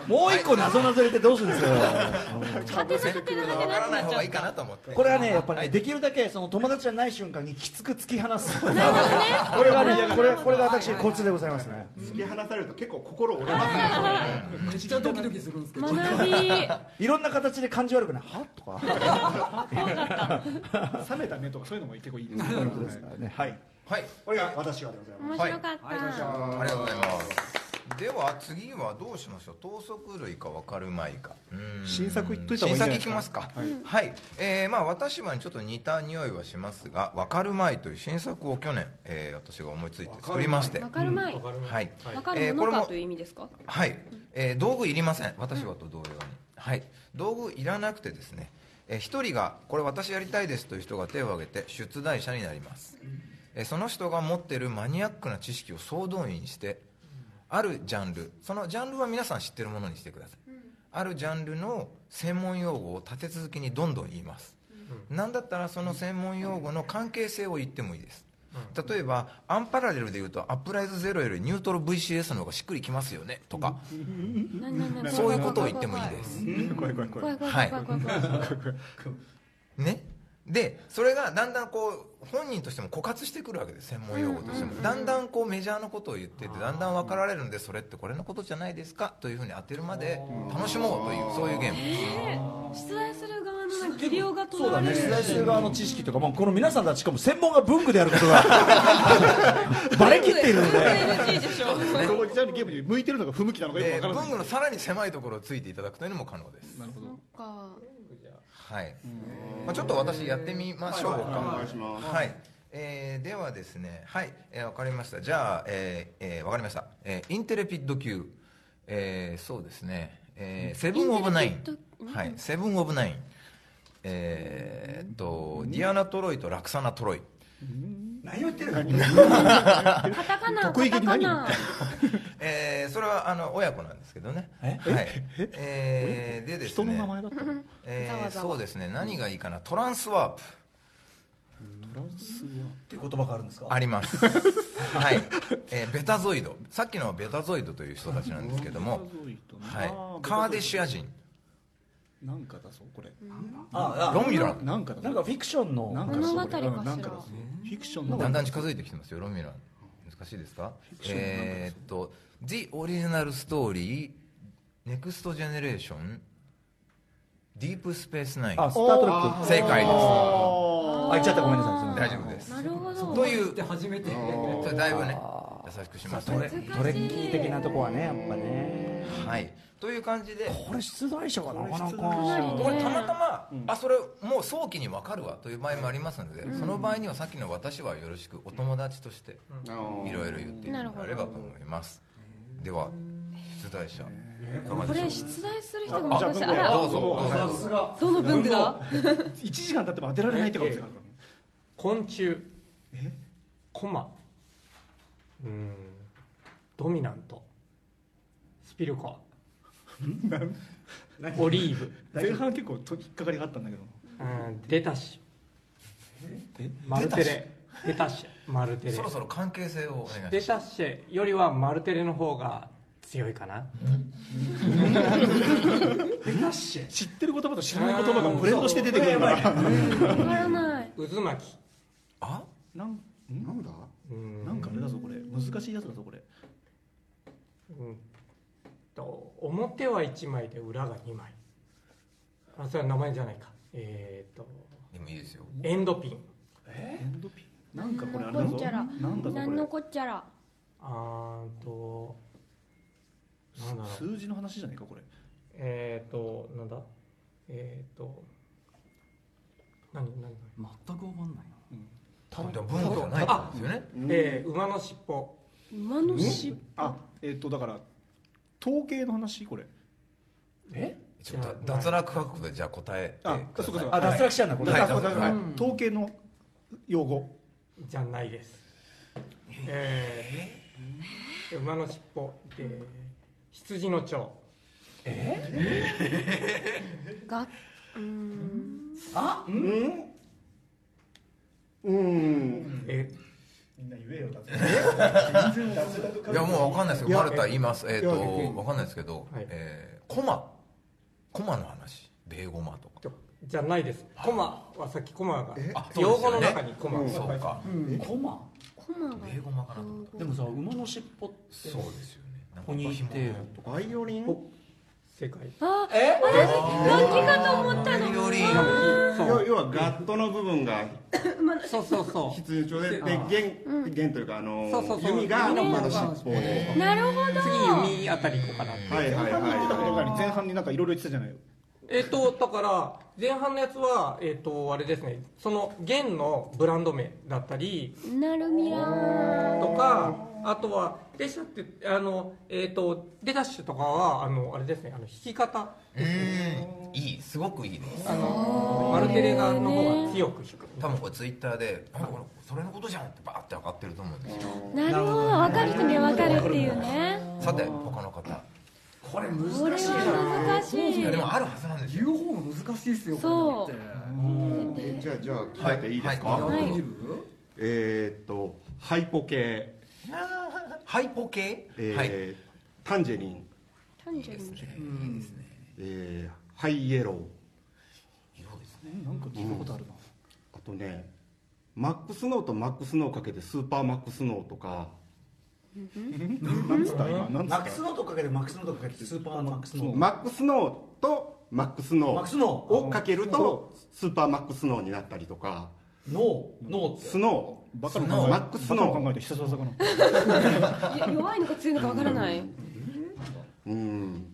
Speaker 2: もう一個謎謎入れてどうするんですか
Speaker 3: 勝手な勝手な勝手ななっちゃうから
Speaker 4: と思って
Speaker 2: これはねやっぱり、ね、できるだけその友達じゃない瞬間にきつく突き放すこれ
Speaker 3: なるほどね
Speaker 2: がねこれこれが私コツでございますね
Speaker 7: 突き放されると結構心折れますね
Speaker 8: めっちゃドキドキするんですけど
Speaker 3: 学び
Speaker 2: いろんな形で感じ悪くないはとか
Speaker 5: 冷めた目とかそういうのも結構いいです
Speaker 2: そういうことですからねはい
Speaker 4: はい
Speaker 2: これが私はでございます
Speaker 3: 面白かった、
Speaker 4: ありがとうございますでは次はどうしましょう等速類か分かるまいかうーん
Speaker 5: 新作言っといた方がいいんじゃないですか
Speaker 4: 新作いきますかはい、えーまあ私はちょっと似た匂いはしますが「分かるまい」という新作を去年、えー私が思いついて作りまして
Speaker 3: わかるまい、
Speaker 12: かる
Speaker 4: はい、
Speaker 3: わか
Speaker 4: え
Speaker 3: る
Speaker 4: ー
Speaker 3: も
Speaker 4: これ
Speaker 3: のか
Speaker 4: も
Speaker 3: という意味ですか
Speaker 4: はい、えー道具いりません私はと同様に、はい道具いらなくてですね一、えー一人がこれ私やりたいですという人が手を挙げて出題者になります、えーその人が持ってるマニアックな知識を総動員してあるジャンルそのジャンルは皆さん知ってるものにしてください、あるジャンルの専門用語を立て続けにどんどん言います、なんだったらその専門用語の関係性を言ってもいいです、例えばアンパラレルで言うとアップライズゼロよりニュートロ VCS の方がしっくりきますよねとか、
Speaker 3: 何何何
Speaker 4: そういうことを言ってもいいです
Speaker 5: 怖い怖い怖
Speaker 3: 怖
Speaker 5: い
Speaker 3: い怖い怖い怖い怖い怖い
Speaker 4: ねでそれがだんだんこう本人としても枯渇してくるわけです専門用語としても、だんだんこうメジャーのことを言っててだんだん分かられるんでそれってこれのことじゃないですかというふうに当てるまで楽しもうというそういうゲームです
Speaker 3: えー出題する側のなんか技量が問われる
Speaker 2: 出題する側の知識とか、まあ、この皆さんたちしかも専門が文具であることがバレきっているので
Speaker 3: NG でしょ
Speaker 5: このジャンルゲームに向いてるのか不向きなのかよく
Speaker 4: で
Speaker 5: わからない
Speaker 4: 文具のさらに狭いところをついていただくというのも可能です
Speaker 5: なるほど
Speaker 3: か
Speaker 4: はい、まあ、ちょっと私やってみましょうか、
Speaker 7: お願いします
Speaker 4: はい、えーではですねはい、えー、分かりましたじゃあ、えーえ分かりました、えーインテレピッド級、えーそうですね、えーセブン・オブ・ナイ
Speaker 3: インテレピッ
Speaker 4: ン
Speaker 3: ド
Speaker 4: はいセブン・オブ・ナインえーっとディアナ・トロイとラクサナ・トロイ
Speaker 3: カタカナカ
Speaker 5: 得意げ
Speaker 3: タ
Speaker 5: に
Speaker 3: カ
Speaker 5: 何
Speaker 3: ナ
Speaker 4: えーそれはあの親子なんですけどねえはいえーでですね
Speaker 5: 人の名前だったの
Speaker 4: えー
Speaker 3: ざわざわ
Speaker 4: そうですね何がいいかなトランスワープ
Speaker 2: っていう言葉があるんですか
Speaker 4: あります。はい、えーベタゾイド、さっきのはベタゾイドという人たちなんですけども。はい、カーデシア人、
Speaker 5: なんかだそうこれ
Speaker 2: あ
Speaker 4: ロミュラン。
Speaker 5: なんかだ
Speaker 2: なんかフィクションの
Speaker 5: なん
Speaker 3: 物語
Speaker 5: そ
Speaker 3: か
Speaker 5: うこ
Speaker 3: し
Speaker 5: れ
Speaker 3: ら
Speaker 5: うんなんかだそうフィクションの
Speaker 4: だんだん近づいてきてますよ、ロミュラン。難しいですか。えーっと、The Original Story、Next Generation、Deep Space Nine
Speaker 2: あ。スタートレック
Speaker 4: 正解です。
Speaker 2: あ言っちゃったごめんなさいすいません
Speaker 4: 大丈夫です。
Speaker 3: なるほど
Speaker 4: という
Speaker 8: で、初めて
Speaker 4: それだいぶね、優しくしました。
Speaker 2: トレトレッキー的なとこはねやっぱね
Speaker 4: はい、という感じで。
Speaker 2: これ出題者がなかな
Speaker 3: なり
Speaker 2: か
Speaker 3: ね
Speaker 4: これたまたま、あそれもう早期に分かるわという場合もありますので、その場合にはさっきの私はよろしくお友達としていろいろ言っていただければと思います、では出題者いかが
Speaker 3: こ
Speaker 4: で
Speaker 3: れ
Speaker 4: しょ
Speaker 3: 出題する人が難しいあ
Speaker 4: うからどうぞどうぞ
Speaker 3: どの文具だ
Speaker 5: 1時間経っても当てられないってことですから
Speaker 12: 昆虫コマうーんドミナントスピルカーオリーブ
Speaker 5: 前半結構と引っかかりがあったんだけど
Speaker 12: うんレタシュマルテレレタシェマルテ
Speaker 4: う
Speaker 12: レ
Speaker 4: そろそろ関係性をお願いします
Speaker 12: レタシェよりはマルテレの方が強いかな
Speaker 5: 知ってる言葉と知らない言葉がブレンドして出てく [LAUGHS] るから
Speaker 3: わからない
Speaker 12: 渦巻き
Speaker 4: あ
Speaker 5: なん
Speaker 7: なんだ
Speaker 12: うん
Speaker 5: なんかあれだぞこれ難しいやつだぞこれ
Speaker 12: うんと表は1枚で裏が2枚あそれは名前じゃないかえっ、と
Speaker 4: でもいいですよ
Speaker 12: エンドピン
Speaker 5: エンドピンなんかこれあれ
Speaker 3: な
Speaker 5: だ
Speaker 3: んのこ
Speaker 5: ぞ
Speaker 3: っちゃら
Speaker 5: なんだぞ
Speaker 3: なんの
Speaker 5: こ
Speaker 3: こっちゃら
Speaker 12: あーんとなんだろ
Speaker 5: れ
Speaker 12: う
Speaker 5: 数字の話じゃないかこれ
Speaker 12: えっ、ー、となんだえっ、ー、と何何何
Speaker 8: 全くわかんない
Speaker 4: 多分文化じゃないんですよね
Speaker 12: えー、馬の尻尾
Speaker 3: 馬の尻
Speaker 5: あえっとだから統計の話これ
Speaker 12: え
Speaker 4: ちょっと脱落覚悟でじゃあ答えて
Speaker 5: あ
Speaker 4: くださ
Speaker 5: そ
Speaker 4: いう
Speaker 5: かそう
Speaker 2: あ
Speaker 5: か
Speaker 2: 脱落しちゃうんだこれ、
Speaker 4: はい
Speaker 5: だからだか
Speaker 4: は
Speaker 5: ら
Speaker 4: い
Speaker 5: 統計の用語
Speaker 12: じゃないですえーで馬の尻尾で羊の腸
Speaker 3: 尾がうーん
Speaker 7: うーん
Speaker 12: え
Speaker 5: みんな言えよだって
Speaker 4: いやもうわかんないですよ。カルタ言います。えっ、とわかんないですけど、
Speaker 12: はい
Speaker 4: えーコマコマの話、ベーゴマとか。
Speaker 12: じゃないですコマはさっきコマが
Speaker 4: あそうですよね
Speaker 12: 用語の中にコマ
Speaker 4: う
Speaker 12: が
Speaker 4: んそうか
Speaker 8: うんコマ
Speaker 3: コマが
Speaker 4: ベーゴマかなと思っ
Speaker 8: でもさ馬の尻尾って
Speaker 4: て。そうですよね。なんか
Speaker 8: ポニーテールとか
Speaker 7: バイオリン
Speaker 12: 世界
Speaker 3: あー私楽器かと思ったの
Speaker 4: より
Speaker 7: 要要はガットの部分が
Speaker 12: そうそうそ
Speaker 7: 必要でで弦弦というかあの
Speaker 12: そうそうそう
Speaker 7: 弓が
Speaker 12: 弓
Speaker 7: 馬
Speaker 12: が
Speaker 7: の尻尾で
Speaker 3: なるほ
Speaker 12: う
Speaker 3: ど
Speaker 12: 次弓あたり行こうかなって
Speaker 7: はいはいはいは
Speaker 5: 前半になんかいろいろ言ってたじゃないよ
Speaker 12: えっ、とだから前半のやつはえっ、とあれですねその弦のブランド名だったり
Speaker 3: なるみらー
Speaker 12: とかあとはでしたってあのえっ、とデダッシュとかはあのあれですねあの弾き方
Speaker 4: うーんいいすごくいいです。
Speaker 12: あのマルテレガの方が強く弾く
Speaker 4: 多分これツイッターで、あこれそれのことじゃんってバーって上がってると思うんですよ。
Speaker 3: なるほど分かる人には分かるっていうね
Speaker 4: さて他の方、
Speaker 8: こ
Speaker 3: こ
Speaker 8: れ
Speaker 3: れ
Speaker 8: 難しい
Speaker 3: は難し
Speaker 4: い
Speaker 3: い
Speaker 4: やでもあるはずなんですよ。
Speaker 8: 言う方が難しいですよ
Speaker 3: そう
Speaker 8: これって
Speaker 7: いえじゃあじゃあ聞いていいですか、
Speaker 4: はい
Speaker 8: や
Speaker 4: は
Speaker 8: って
Speaker 4: い
Speaker 8: みる
Speaker 7: えーっとハイポ系、
Speaker 4: ハイポ系？はい。
Speaker 7: えータンジェリン、
Speaker 3: 単純に
Speaker 7: えーハイイエロー
Speaker 4: 色ですね。
Speaker 5: なんか聞いたことあるな
Speaker 7: あとねマックスノーとマックスノーかけてスーパーマックスノーとか
Speaker 5: 何つった今何つ
Speaker 13: マ
Speaker 5: っ
Speaker 13: ックスノーとかけてマックスノーとかけてスーパーマックスノー
Speaker 7: マックスノーとマックス
Speaker 13: マッ
Speaker 7: ノ
Speaker 13: ク
Speaker 7: ー
Speaker 13: スノ
Speaker 7: をかけるとスーパーマックスノーになったりとか
Speaker 13: ーノーノーって
Speaker 7: スノー
Speaker 5: バカの
Speaker 7: スノ
Speaker 5: 考
Speaker 7: ー
Speaker 5: え
Speaker 7: マックス
Speaker 5: バカの考
Speaker 7: ノ
Speaker 5: えて必殺技かない
Speaker 3: や弱いのか強いのか分からない
Speaker 7: ーうん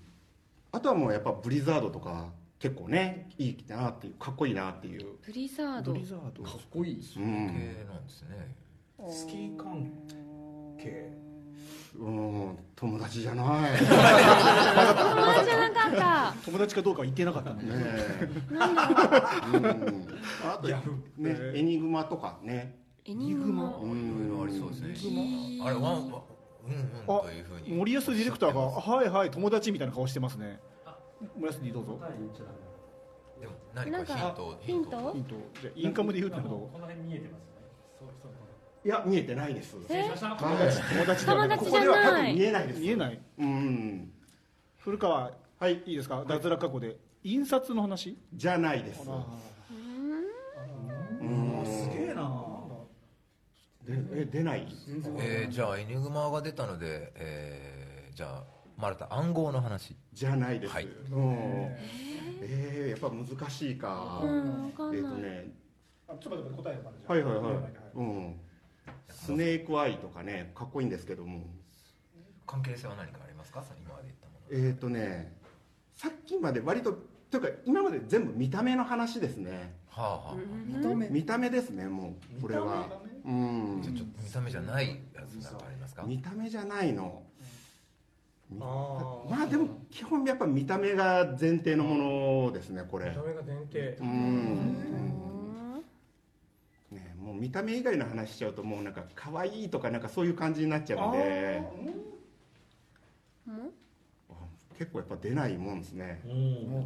Speaker 7: あとはもうやっぱブリザードとか結構ねいいなっていうかっこいいなっていう
Speaker 3: ブリザード
Speaker 5: ザード
Speaker 8: かっこいい
Speaker 7: うん
Speaker 4: 系なんですね。
Speaker 13: スキー関係
Speaker 7: うん友達じゃ [LAUGHS] ない
Speaker 3: 友達じゃなかっ
Speaker 5: 友達かどうかは言ってなかったの
Speaker 7: ね
Speaker 3: たなんだろう
Speaker 7: うんあとねエニグマとかね
Speaker 3: エニグマ
Speaker 7: う
Speaker 4: いろいろあ
Speaker 7: ん
Speaker 4: りそうですね。
Speaker 3: い
Speaker 4: あれワンワンうんうんというふうに。
Speaker 5: 森保ディレクターが「はいはい友達」みたいな顔してますね森保 D どうぞ
Speaker 13: 答え言っちゃダメ
Speaker 4: でも何
Speaker 3: なん
Speaker 4: かヒン
Speaker 3: か
Speaker 4: ト
Speaker 3: ヒント
Speaker 5: ヒントじゃあインカムで言うってこと
Speaker 7: いや見えてないです
Speaker 3: え
Speaker 5: 友達では
Speaker 3: 友
Speaker 5: ない
Speaker 3: 達
Speaker 7: こ
Speaker 3: じ
Speaker 7: こ
Speaker 3: ゃ
Speaker 7: では多
Speaker 3: な
Speaker 7: 分見
Speaker 3: い
Speaker 7: えないです
Speaker 5: 見えない
Speaker 7: うん
Speaker 5: 古川はいいいですか脱落過去で印刷の話
Speaker 7: じゃないですうん
Speaker 13: すげえな
Speaker 7: でえ出ない
Speaker 4: えーじゃあエニグマが出たので、えーじゃあマルタ暗号の話。
Speaker 7: じゃないです、
Speaker 4: はい
Speaker 7: うんえー、やっぱ難しいか、
Speaker 3: うん分か
Speaker 7: えっ、
Speaker 3: ん
Speaker 7: と
Speaker 3: ない
Speaker 7: ね
Speaker 5: あちょっと待って答えの話
Speaker 7: はいはいはい、うん、スネークアイとかねかっこいいんですけども
Speaker 4: 関係性は何かありますか？さ今まで言ったもの。
Speaker 7: えっ、とねさっきまで割とというか今まで全部見た目の話ですね
Speaker 4: はあはあ。
Speaker 13: 見た目
Speaker 7: 見た目ですねもうこれはうん
Speaker 4: じゃあちょっと見た目じゃないやつなんかありますか？
Speaker 7: 見た目じゃないのみ
Speaker 12: あー
Speaker 7: まあでも基本やっぱ見た目が前提のものですねこれ
Speaker 12: 見た目が前提
Speaker 7: うんね、もう見た目以外の話しちゃうともうなんか可愛いとかなんかそういう感じになっちゃうんであ結構やっぱ出ないもんですね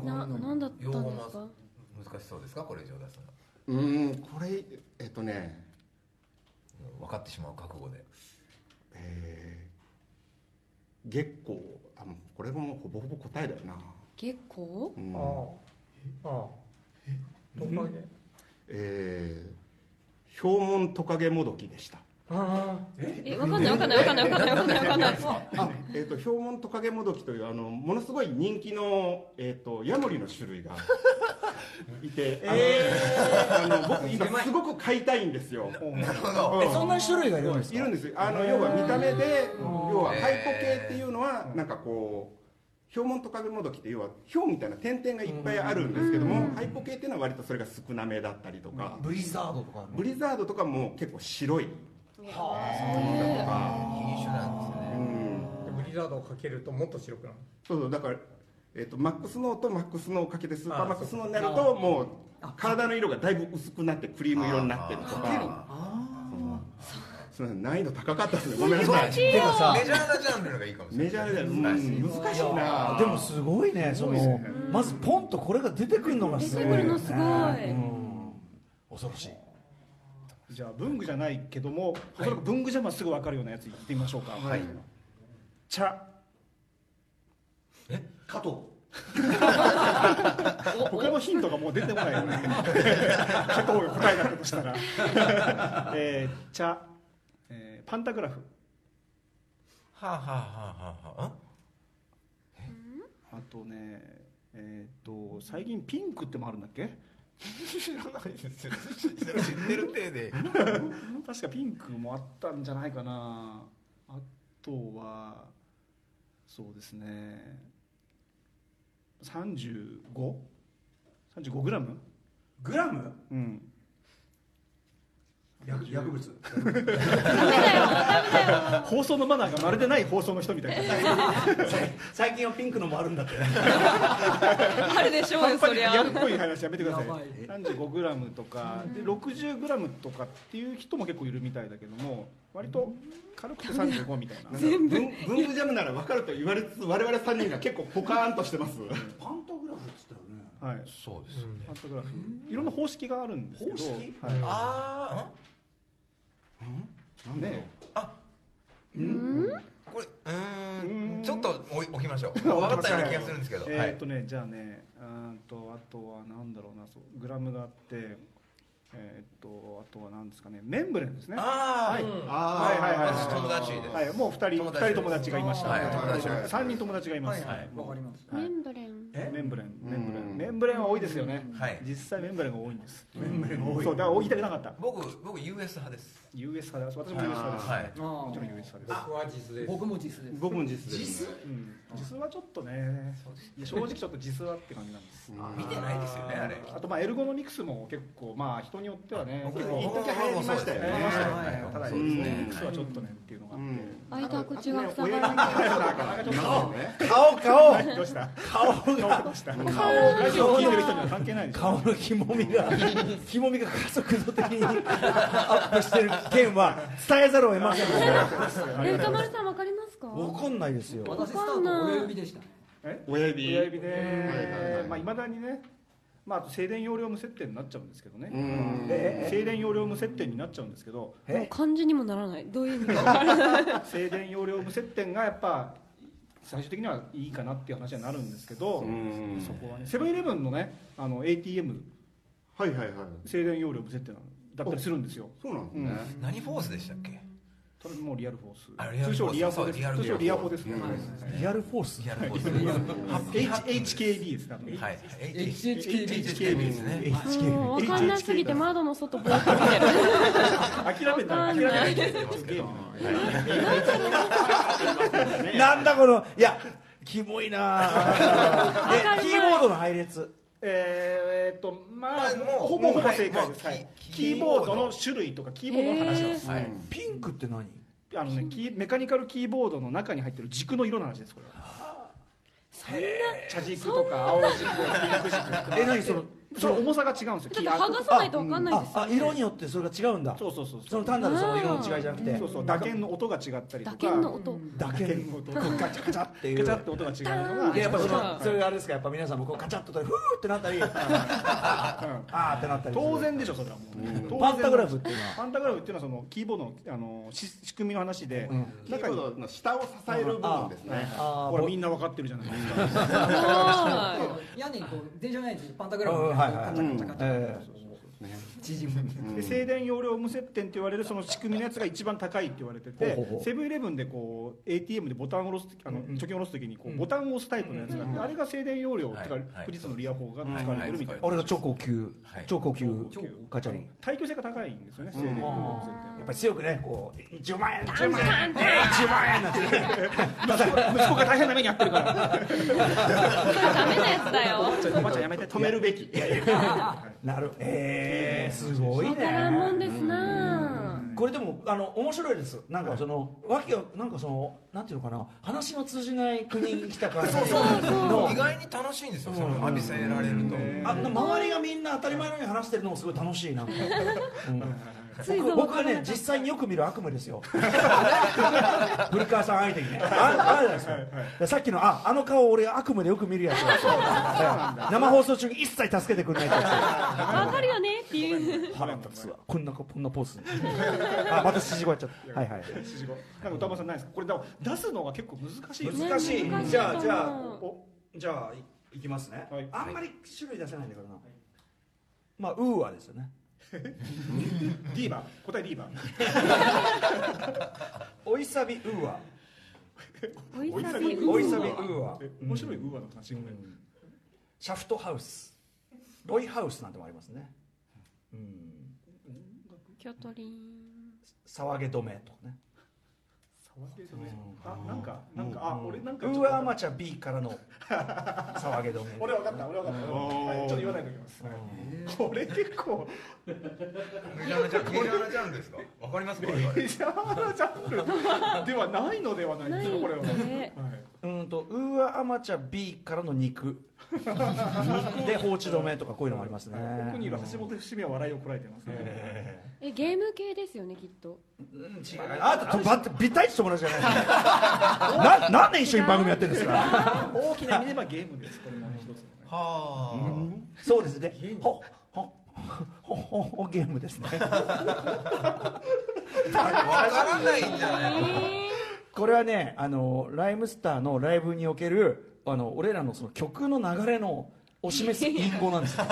Speaker 3: ななんだったんですか
Speaker 4: 難しそうですか？これ以上出す
Speaker 7: うーんこれえっとね
Speaker 4: の。もう分かってしまう覚悟で。
Speaker 7: えー、月光あもうこれもほぼほぼ答えだよな、
Speaker 3: 結構
Speaker 7: うん
Speaker 12: ああああトカゲ
Speaker 7: えー、氷門トカゲもどきでした
Speaker 12: あ
Speaker 3: え分かんない分かんない分かんない分かんない分かんない分かんない
Speaker 7: あ、えー、と氷門トカゲもどきというあのものすごい人気の、えー、とヤモリの種類がいて、あのあの僕今すごく飼いたいんですよ、
Speaker 4: なるほど。
Speaker 7: うん
Speaker 13: そんな種類がいるんです
Speaker 7: い
Speaker 13: か
Speaker 7: るんですよあの要は見た目で要は
Speaker 4: へー
Speaker 7: ハイポ系っていうのはなんかこう氷門トカゲもどきって要は氷みたいな点々がいっぱいあるんですけどもハイポ系っていうのは割とそれが少なめだったりとか
Speaker 13: ブリザードとかあるの
Speaker 7: ブリザードとかも結構白いだとか
Speaker 4: 品種なんですね。
Speaker 7: うん
Speaker 12: あブリザードをかけるともっと白くなる
Speaker 7: そうそうだからえっとマックスノーとマックスノーをかけてスーパーマックスノーになるともう体の色がだいぶ薄くなってクリーム色になってるとかそうそう難易度高かったですねごめんなさい
Speaker 4: てかさメジャーなジャンルのがいいかもしれない。
Speaker 7: メジャーでうん
Speaker 4: 難しい
Speaker 7: 難しいな
Speaker 13: でもすごいねそのまずポンとこれが出てくるのが
Speaker 3: 出
Speaker 13: す
Speaker 3: て
Speaker 13: ごいよ
Speaker 3: くる
Speaker 13: ね
Speaker 3: のすごい
Speaker 13: 恐ろしい
Speaker 5: じゃあ文具じゃないけども、おそらく文具じゃますぐ分かるようなやついってみましょうかはい茶え加藤他のヒントがもう出てこないよね加藤が答えだったとしたら、えー茶、えーパンタグラフ
Speaker 4: はあはあはあはあは
Speaker 5: あとねえっ、と最近ピンクってもあるんだっけ知らないですよ知ってる体で確かピンクもあったんじゃないかなあとはそうですね 35?35 グラムグラムうん薬薬物放送のマナーがまるでない放送の人み
Speaker 3: [LAUGHS]
Speaker 5: たいな最近はピンクのもあるんだって
Speaker 3: あるでしょうよ
Speaker 5: 半端
Speaker 3: そ
Speaker 5: に
Speaker 3: りゃ
Speaker 5: ギャルっぽい話やめてください
Speaker 3: やばい
Speaker 5: 35グラムとかで60グラムとかっていう人も結構いるみたいだけども割と軽くて35みたいな
Speaker 7: 文文具ジャムなら分かると言われつつ我々3人が結構ポカーンとしてます
Speaker 2: パンタグラフっつったよね
Speaker 5: はい
Speaker 4: そうです
Speaker 5: パンタグラフいろんな方式があるんですけ
Speaker 2: 方
Speaker 5: ど
Speaker 2: 式
Speaker 5: はい
Speaker 4: あ
Speaker 5: なんで
Speaker 4: あんこれうーんちょっと置い置きましょう分かったような気がするんですけど、
Speaker 5: えーっとねじゃあねうーんとあとはなんだろうなそうグラムがあってえーっとあとはなんですかねメンブレンですね
Speaker 4: あー
Speaker 5: はい
Speaker 4: うん
Speaker 5: はいはいはい
Speaker 4: 私友達です
Speaker 5: はいもう二人
Speaker 4: 友達です
Speaker 5: 二人友達がいました
Speaker 4: はい友達がいます
Speaker 5: 三人友達がいます
Speaker 4: はいはい
Speaker 5: わかります
Speaker 3: メンブレン
Speaker 5: メンブレンメンブレンメンブレンは多いですよね実際メンブレンが多いんですメンブレン多いそうだから言いたくなかった
Speaker 4: 僕僕 US 派です
Speaker 5: US 派です私も US 派です
Speaker 4: はい
Speaker 5: もちろん US 派です
Speaker 14: 僕は実です
Speaker 8: 僕も実です
Speaker 7: 僕も実です
Speaker 8: 実
Speaker 5: うん実はちょっとね正直ちょっと実はって感じなんです
Speaker 4: 見てないですよねあれ
Speaker 5: あとまあエルゴノミクスも結構まあ人によってはね
Speaker 4: 僕
Speaker 5: 結構
Speaker 4: 一時流行りましたよね
Speaker 5: 流行りましたよ
Speaker 4: は
Speaker 5: ね
Speaker 4: い
Speaker 5: ただ
Speaker 4: そ
Speaker 5: エ
Speaker 4: う
Speaker 5: ル
Speaker 4: です
Speaker 5: ゴ
Speaker 4: ね
Speaker 5: ノミクスはちょっとねっていうのがあって
Speaker 3: 開いた口が塞
Speaker 5: 親
Speaker 3: が
Speaker 5: 指
Speaker 3: る
Speaker 5: 顔顔どうした顔がどうした顔ラジオ聞いてる人には関係ないでしょ
Speaker 2: 顔のひもみ
Speaker 13: [LAUGHS]
Speaker 2: がひもみが加速度的に [LAUGHS] アップしてる件は伝えざるを得ませんでした
Speaker 3: え歌丸さんわかりますか
Speaker 2: わかんないですよ
Speaker 3: 私スタート親指
Speaker 8: でした
Speaker 5: え
Speaker 7: 親指
Speaker 5: 親指
Speaker 7: はいはいは
Speaker 5: で
Speaker 7: い
Speaker 5: まあいまだにねまああと静電容量無接点になっちゃうんですけどね
Speaker 7: うん
Speaker 5: え静電容量無接点になっちゃうんですけど
Speaker 3: でも漢字にもならないどういう意味かわからない
Speaker 5: 静電容量無接点がやっぱ最終的にはいいかなっていう話にはなるんですけどそこはねセブンイレブンのねあの ATM
Speaker 7: はいはいはい
Speaker 5: 静電容量無接点なのだったりするんですよ
Speaker 7: そうなん
Speaker 5: うん
Speaker 4: 何フォースでしたっけ
Speaker 5: それもうリアルフォ
Speaker 4: あ
Speaker 5: ー
Speaker 4: リア
Speaker 5: ス
Speaker 4: ル
Speaker 5: 通
Speaker 4: フォー
Speaker 5: 称
Speaker 4: ス
Speaker 5: リアフォーです
Speaker 4: そうリアルフォース
Speaker 5: 通称リアフォーで
Speaker 4: うんリ
Speaker 2: リアルフォース
Speaker 5: す
Speaker 4: アルフォース
Speaker 5: H- HKB ですか
Speaker 4: はい
Speaker 5: HKB
Speaker 4: HKB ですね
Speaker 3: もう分かんなすぎて窓の外ぼーっと見てる
Speaker 5: 諦めた諦めたゲーム
Speaker 2: なんだこのいやキモいな
Speaker 13: [LAUGHS]
Speaker 2: あ
Speaker 5: わか
Speaker 2: え
Speaker 5: る
Speaker 2: キーボードの配列
Speaker 5: えーえーっとまあ
Speaker 2: まあもう
Speaker 5: ほぼほぼ
Speaker 2: はい
Speaker 5: 正解です、はい
Speaker 2: キ
Speaker 5: キーボードの種類とかキーボードの話なんです、
Speaker 2: えーはい
Speaker 5: ピンクって何あのねキーメカニカルキーボードの中に入ってる軸の色の話ですこれは
Speaker 3: そんな
Speaker 5: 茶軸とか青軸ピンク軸
Speaker 2: え何その
Speaker 5: それ重さが違うんですよ
Speaker 3: だって剥がさないとわかんないですよ
Speaker 2: ああ色によってそれが違うんだ
Speaker 5: そうそうそう
Speaker 2: その単なるその色の違いじゃなくて
Speaker 5: そうそう打鍵の音が違ったりとか
Speaker 3: 打鍵の音
Speaker 2: 打
Speaker 5: [LAUGHS]
Speaker 2: 鍵の
Speaker 5: 音
Speaker 2: ガチャガチャっていう
Speaker 5: ガチャって音が違うのが
Speaker 2: でやっぱそ
Speaker 5: は
Speaker 2: の
Speaker 5: い
Speaker 2: それがあれですかやっぱ皆さんもこうガチャっと取りふーってなったりあーってなったり
Speaker 5: 当然でしょそれはもう
Speaker 2: パンタグラフっていうのは
Speaker 5: パンタグラフっていうのはそのキーボードのあのし仕組みの話で、
Speaker 7: キーボードの下を支える部分ですね
Speaker 5: あーほらみんなわかってるじゃないですか
Speaker 8: 屋根にこう電車のないですパンタグラ
Speaker 5: うん
Speaker 8: フ
Speaker 5: はいはいはい
Speaker 8: カチャカチャカチャカチャ縮む
Speaker 5: で静電容量無接点って言われるその仕組みのやつが一番高いって言われて
Speaker 2: ほ
Speaker 5: て
Speaker 2: うほうほう
Speaker 5: セブンイレブンでこう ATM でボタンを下ろす時あの貯金を下ろす時にこうボタンを押すタイプのやつがあってあれが静電容量ってか富士通のリア法が使われてるみたいな
Speaker 2: 俺が超高級超高級ガチャに
Speaker 5: 耐久性が高いんですよね静電容量無接点
Speaker 2: やっぱり強くねこう10万円
Speaker 5: 10万円
Speaker 2: えー10万円なんて
Speaker 5: 息子が大変な目に遭ってるから
Speaker 2: [LAUGHS]
Speaker 3: ダメなやつだよ
Speaker 5: おばあちゃんおばあちゃんやめて止めるべき
Speaker 2: なるえーすごい
Speaker 3: わからんもん
Speaker 2: ね
Speaker 3: ですな
Speaker 2: これでもあの面白いですなんかそのわけがなんかそのなんていうのかな話の通じない国に来た感じ
Speaker 4: そうそう
Speaker 2: の
Speaker 4: 意外に楽しいんですよその浴びせられると
Speaker 2: あの周りがみんな当たり前のように話してるのもすごい楽しいなんか
Speaker 3: ついぞ
Speaker 2: 僕僕はね実際によく見る悪夢 [LAUGHS] ですよ古川さん相手にねああるじゃないですかでさっきのああの顔俺悪夢でよく見るやつだ生放送中に一切助けてくれないってや
Speaker 3: わかるよねっていう
Speaker 2: つ腹立つわこんなここんなポーズあまた指示語やっちゃったはいはい
Speaker 5: 指示語なんか歌丸さんないですかこれでも出すのが結構難しいですね
Speaker 2: 難しい
Speaker 5: 難しい
Speaker 2: じゃあじゃあおじゃあいいきますねあんまり種類出せないんだからなまあウーアですよね
Speaker 5: ディーバー答えディーバ
Speaker 2: おいさびウーア
Speaker 3: ー
Speaker 5: おいさびウーア
Speaker 2: おいさびウーア
Speaker 5: 面白いウーアの話ごめん
Speaker 2: シャフトハウスロイハウスなんてもありますねうん
Speaker 3: キョトリン
Speaker 2: 騒げ止めとかね
Speaker 5: あなんかなんかあ俺なんか
Speaker 2: ウ
Speaker 5: ちょっと
Speaker 2: ーアアマチュア B からの騒げ止め
Speaker 5: [LAUGHS] 俺分かった俺分かったはいちょっと言わないといけますこれ結構
Speaker 4: メジャーなジャンルメジャーなジャンルですかわかりますか我々
Speaker 5: メジャーなジャンルではないのではないですかこれは
Speaker 2: うーんとウーアアマチュア B からの
Speaker 5: [LAUGHS]
Speaker 2: 肉で放置止めとかこういうのもありますね
Speaker 5: 奥にいる橋本伏見は笑いをこらえてますね
Speaker 3: えゲーム系ですよねきっと
Speaker 2: うん違うあなたとばってビタイチ友達じゃないななんで一緒に番組やってるんです
Speaker 5: [LAUGHS]
Speaker 2: か
Speaker 5: 大きな意味ではゲームですこれも一つのね
Speaker 4: は
Speaker 2: そうですねほほほほほゲームですね
Speaker 4: あわからないんじゃない
Speaker 2: これはねあのライムスターのライブにおけるあの俺らのその曲の流れのお示す隠語なんですよ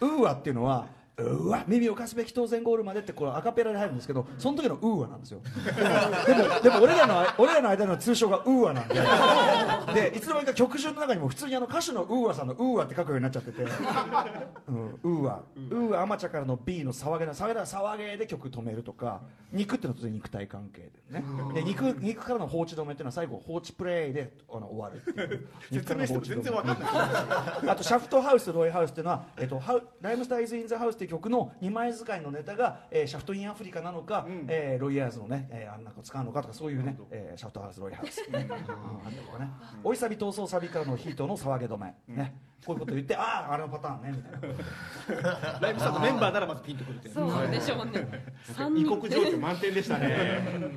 Speaker 2: ウーアっていうのはうわ耳を貸すべき当然ゴールまでってこれアカペラで入るんですけどその時のウーアなんですよでもでもでも俺らの俺らの間の通称がウーアなんででいつの間にか曲順の中にも普通にあの歌手のウーアさんのウーアって書くようになっちゃってて、うん、ウーアウーアアマチャからの B の騒げな騒げな騒げで曲止めるとか肉っていうのは当然肉体関係でねで肉肉からの放置止めっていうのは最後放置プレイであの終わるっていう肉か
Speaker 5: 説
Speaker 2: らの放
Speaker 5: 明しても
Speaker 2: 置止
Speaker 5: 全
Speaker 2: め
Speaker 5: 然わかんない
Speaker 2: あとシャフトハウス、ロイハウスっていうのは、えっと、ハウライムスターイズ・イン・ザ・ハウスっていう曲の2枚使いのネタが、えーシャフト・イン・アフリカなのか、えーロイヤーズのね、えーあんな子使うのかとか、そういうね、えーシャフトハウス、ロイハウス、ね、あーとかね、おいさび闘争サビからのヒートの騒げ止め、ね、こういうこと言って、ああ、あのパターンね、みたいな。
Speaker 5: ライブさんのメンバーならまずピンとくるっていう
Speaker 3: そうでしょうね三
Speaker 7: 異
Speaker 3: 人
Speaker 7: 国情緒満点でしたね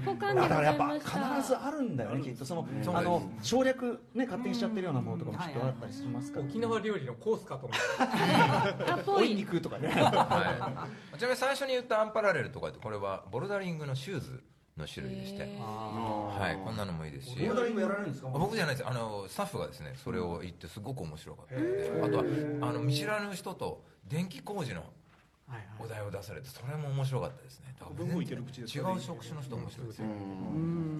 Speaker 3: 交換
Speaker 2: [LAUGHS]
Speaker 3: で
Speaker 2: だから
Speaker 3: ござ
Speaker 2: やっ
Speaker 3: い
Speaker 2: ぱ
Speaker 3: まし
Speaker 2: 必
Speaker 3: た
Speaker 2: ずあるんだよねきっとその,、あの省略ね勝手にしちゃってるようなものとかもきっとあったりしますから、
Speaker 12: 沖縄料理のコースかと思っ
Speaker 3: あっぽ
Speaker 2: おい
Speaker 3: い
Speaker 2: 肉とかね
Speaker 4: はいちなみに最初に言ったアンパラレルとかってこれはボルダリングのシューズの種類でして
Speaker 3: へー
Speaker 4: はいこんなのもいいですし
Speaker 2: ボルダリングやられるんですか
Speaker 4: 僕じゃないですあのスタッフがですねそれを言ってすごく面白かったのであとはあの見知らぬ人と電気工事のお題を出されてそれも面白かったですねだから
Speaker 5: 文具いける口です
Speaker 4: 違
Speaker 5: かね
Speaker 4: う職種の人面白いですよ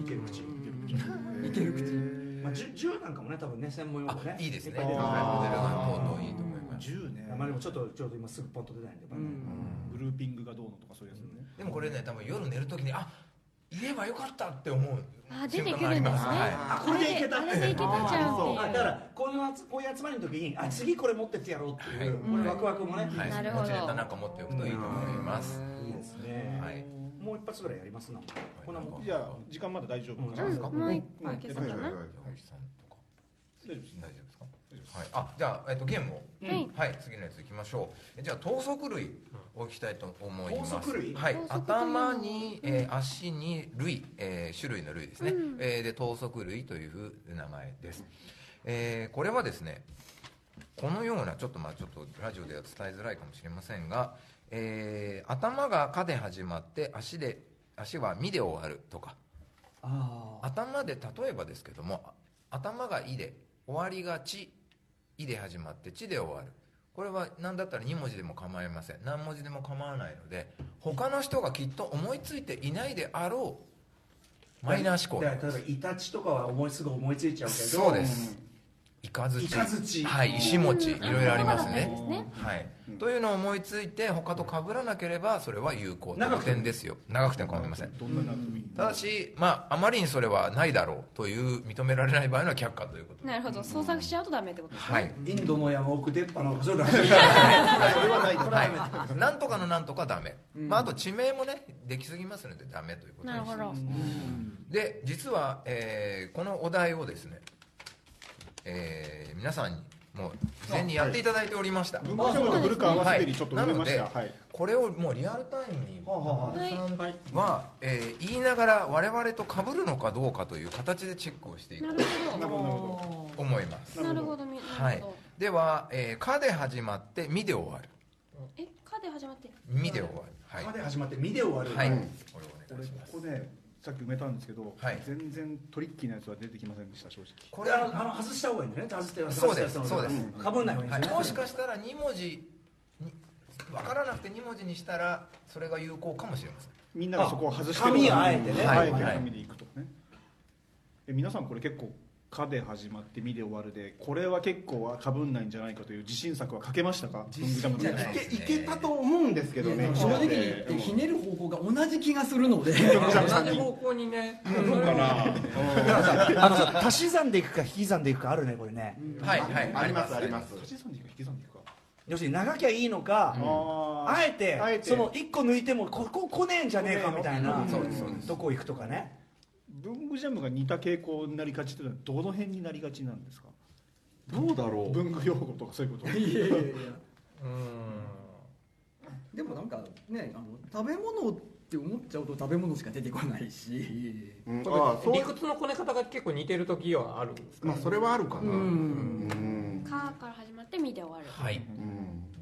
Speaker 2: いける口いける口まあ銃銃なんかもね多分ね専門用語ね
Speaker 4: あいいですね
Speaker 2: ぱ
Speaker 4: モ
Speaker 2: 出
Speaker 4: デ
Speaker 2: て
Speaker 4: ル
Speaker 2: くる
Speaker 4: ガン等々いいと思います
Speaker 5: 10ね
Speaker 2: あまりもちょっとちょうど今すぐポンと出ないんでやっぱね
Speaker 5: グルーピングがどうのとかそういうやつね
Speaker 4: でもこれね多分夜寝るときにあ言えばよかったって思う
Speaker 3: あ出
Speaker 4: 瞬間
Speaker 3: て
Speaker 4: が
Speaker 3: く
Speaker 4: あ
Speaker 3: る
Speaker 4: り
Speaker 3: んで
Speaker 4: ますす
Speaker 3: ね
Speaker 4: は
Speaker 3: あこれでいけたあれでいけたじゃんって
Speaker 2: あだ
Speaker 3: いう
Speaker 2: からこういうあつこういう集まりの時にあ次これ持ってってやろうっていう、
Speaker 4: はい
Speaker 2: これワクワクもね、
Speaker 4: い、は、
Speaker 3: ないるほ
Speaker 4: 持ち
Speaker 3: ど
Speaker 4: ネタなんか持っておくといいと思います
Speaker 2: いいですね、
Speaker 4: はい
Speaker 2: もう一発ぐらいやりますなこんなもん
Speaker 5: じゃあ時間まだ大丈夫かな
Speaker 3: うん
Speaker 5: 大
Speaker 3: もう一個いけそうかなは
Speaker 4: 青木さんとか
Speaker 5: 丈夫です
Speaker 4: 大丈夫ですかはい、あじゃあ、えっと、ゲームを、
Speaker 3: い
Speaker 4: はい、次のやついきましょうえじゃあ等速類をいきたいと思います
Speaker 2: 等速類
Speaker 4: はい
Speaker 3: 等、速というのは
Speaker 4: 頭に、えー足に類、えー種類の類ですね、えーで等速類という名前です、えーこれはですねこのようなちょっとまあちょっとラジオでは伝えづらいかもしれませんが、えー頭が「か」で始まって足で足は「み」で終わるとか
Speaker 2: あ
Speaker 4: 頭で例えばですけどもあ頭が「い」で終わりが「ち」「い」で始まって「ち」で終わるこれは何だったら2文字でも構いません何文字でも構わないので他の人がきっと思いついていないであろうマイナー思考
Speaker 2: だから例えばイタチとかは思いすぐ思いついちゃうけど
Speaker 4: そうですイカズチ
Speaker 2: イカズチ
Speaker 4: はい石餅いろいろあります
Speaker 3: そうだった
Speaker 4: ね
Speaker 3: んですね
Speaker 4: はい、というのを思いついて他と被らなければそれは有効長点ですよ長くても構いません
Speaker 5: どんなになってもいい
Speaker 4: ただし、まあ、あまりにそれはないだろうという認められない場合のは却下ということで
Speaker 3: なるほど創作しちゃうとダメってことですね
Speaker 4: はい、
Speaker 2: インドの山奥出っ歯のそうだね
Speaker 4: はい、なんとかのなんとかダメ、まあ、あと地名もねできすぎますのでダメということ
Speaker 3: な
Speaker 4: に
Speaker 3: る
Speaker 4: し
Speaker 3: ほど
Speaker 4: で実は、えーこのお題をですね、えー皆さんにもう事前にやっていただいておりました、
Speaker 7: 文化庁の古川はすでにちょっと
Speaker 4: はい
Speaker 7: 埋めました
Speaker 4: なので
Speaker 7: はい
Speaker 4: これをもうリアルタイムに
Speaker 7: はあ
Speaker 4: 中村さんは、えー言いながら我々と被るのかどうかという形でチェックをしていこうと思います
Speaker 3: なるほどみ
Speaker 4: は
Speaker 3: なる
Speaker 4: い
Speaker 3: ほど、
Speaker 4: では「えーか」で始まって「み」で終わる
Speaker 3: えかで始まって
Speaker 4: 「み」で終わる「はい
Speaker 5: かで始まってみで終わる
Speaker 4: はい、
Speaker 5: うん
Speaker 4: これをね
Speaker 5: 俺ここねさっき埋めたんですけど、全然トリッキーなやつは出てきませんでした正直
Speaker 4: こ
Speaker 13: れあのあの外した方がいいんだよね外して
Speaker 4: そうです
Speaker 13: 外して
Speaker 4: そうです
Speaker 13: かぶんない方がいいんですね、
Speaker 4: はいもしかしたら2文字分からなくて2文字にしたらそれが有効かもしれません
Speaker 5: みんながそこを外して
Speaker 13: 紙あえてね
Speaker 5: はい
Speaker 4: はい
Speaker 5: 紙でいくとねえ皆さんこれ結構「か」で始まって「み」で終わるでこれは結構はかぶんないんじゃないかという自信作は書けましたか文具ジャムの皆さん
Speaker 7: いけいけたと思うんですけどね
Speaker 8: 正直言ってひねる方向が同じ気がするので同じ方向にね
Speaker 2: あのさ足し算でいくか引き算でいくかあるねこれね、
Speaker 4: はいはい
Speaker 2: ありますあります
Speaker 5: 足し算でいく引き算でいくか
Speaker 2: 要するに長きゃいいのか、あえて
Speaker 5: あえて
Speaker 2: その1個抜いてもここ来ねえんじゃねえかみたいな
Speaker 5: そうですそうです
Speaker 2: どこ行くとかね
Speaker 5: 文具ジャムが似た傾向になりがちというのはどの辺になりがちなんですか
Speaker 7: どうだろう
Speaker 5: 文具用語とかそういうこと
Speaker 8: いやいやいや
Speaker 5: うん
Speaker 8: でもなんかねあの食べ物って思っちゃうと食べ物しか出てこないし、
Speaker 7: うん
Speaker 12: これ
Speaker 7: ああそう
Speaker 12: 理屈のこね方が結構似てる時はあるんですか、
Speaker 7: まあそれはあるかな
Speaker 12: うん
Speaker 7: うん
Speaker 3: かから始まってみで終わる
Speaker 4: はい、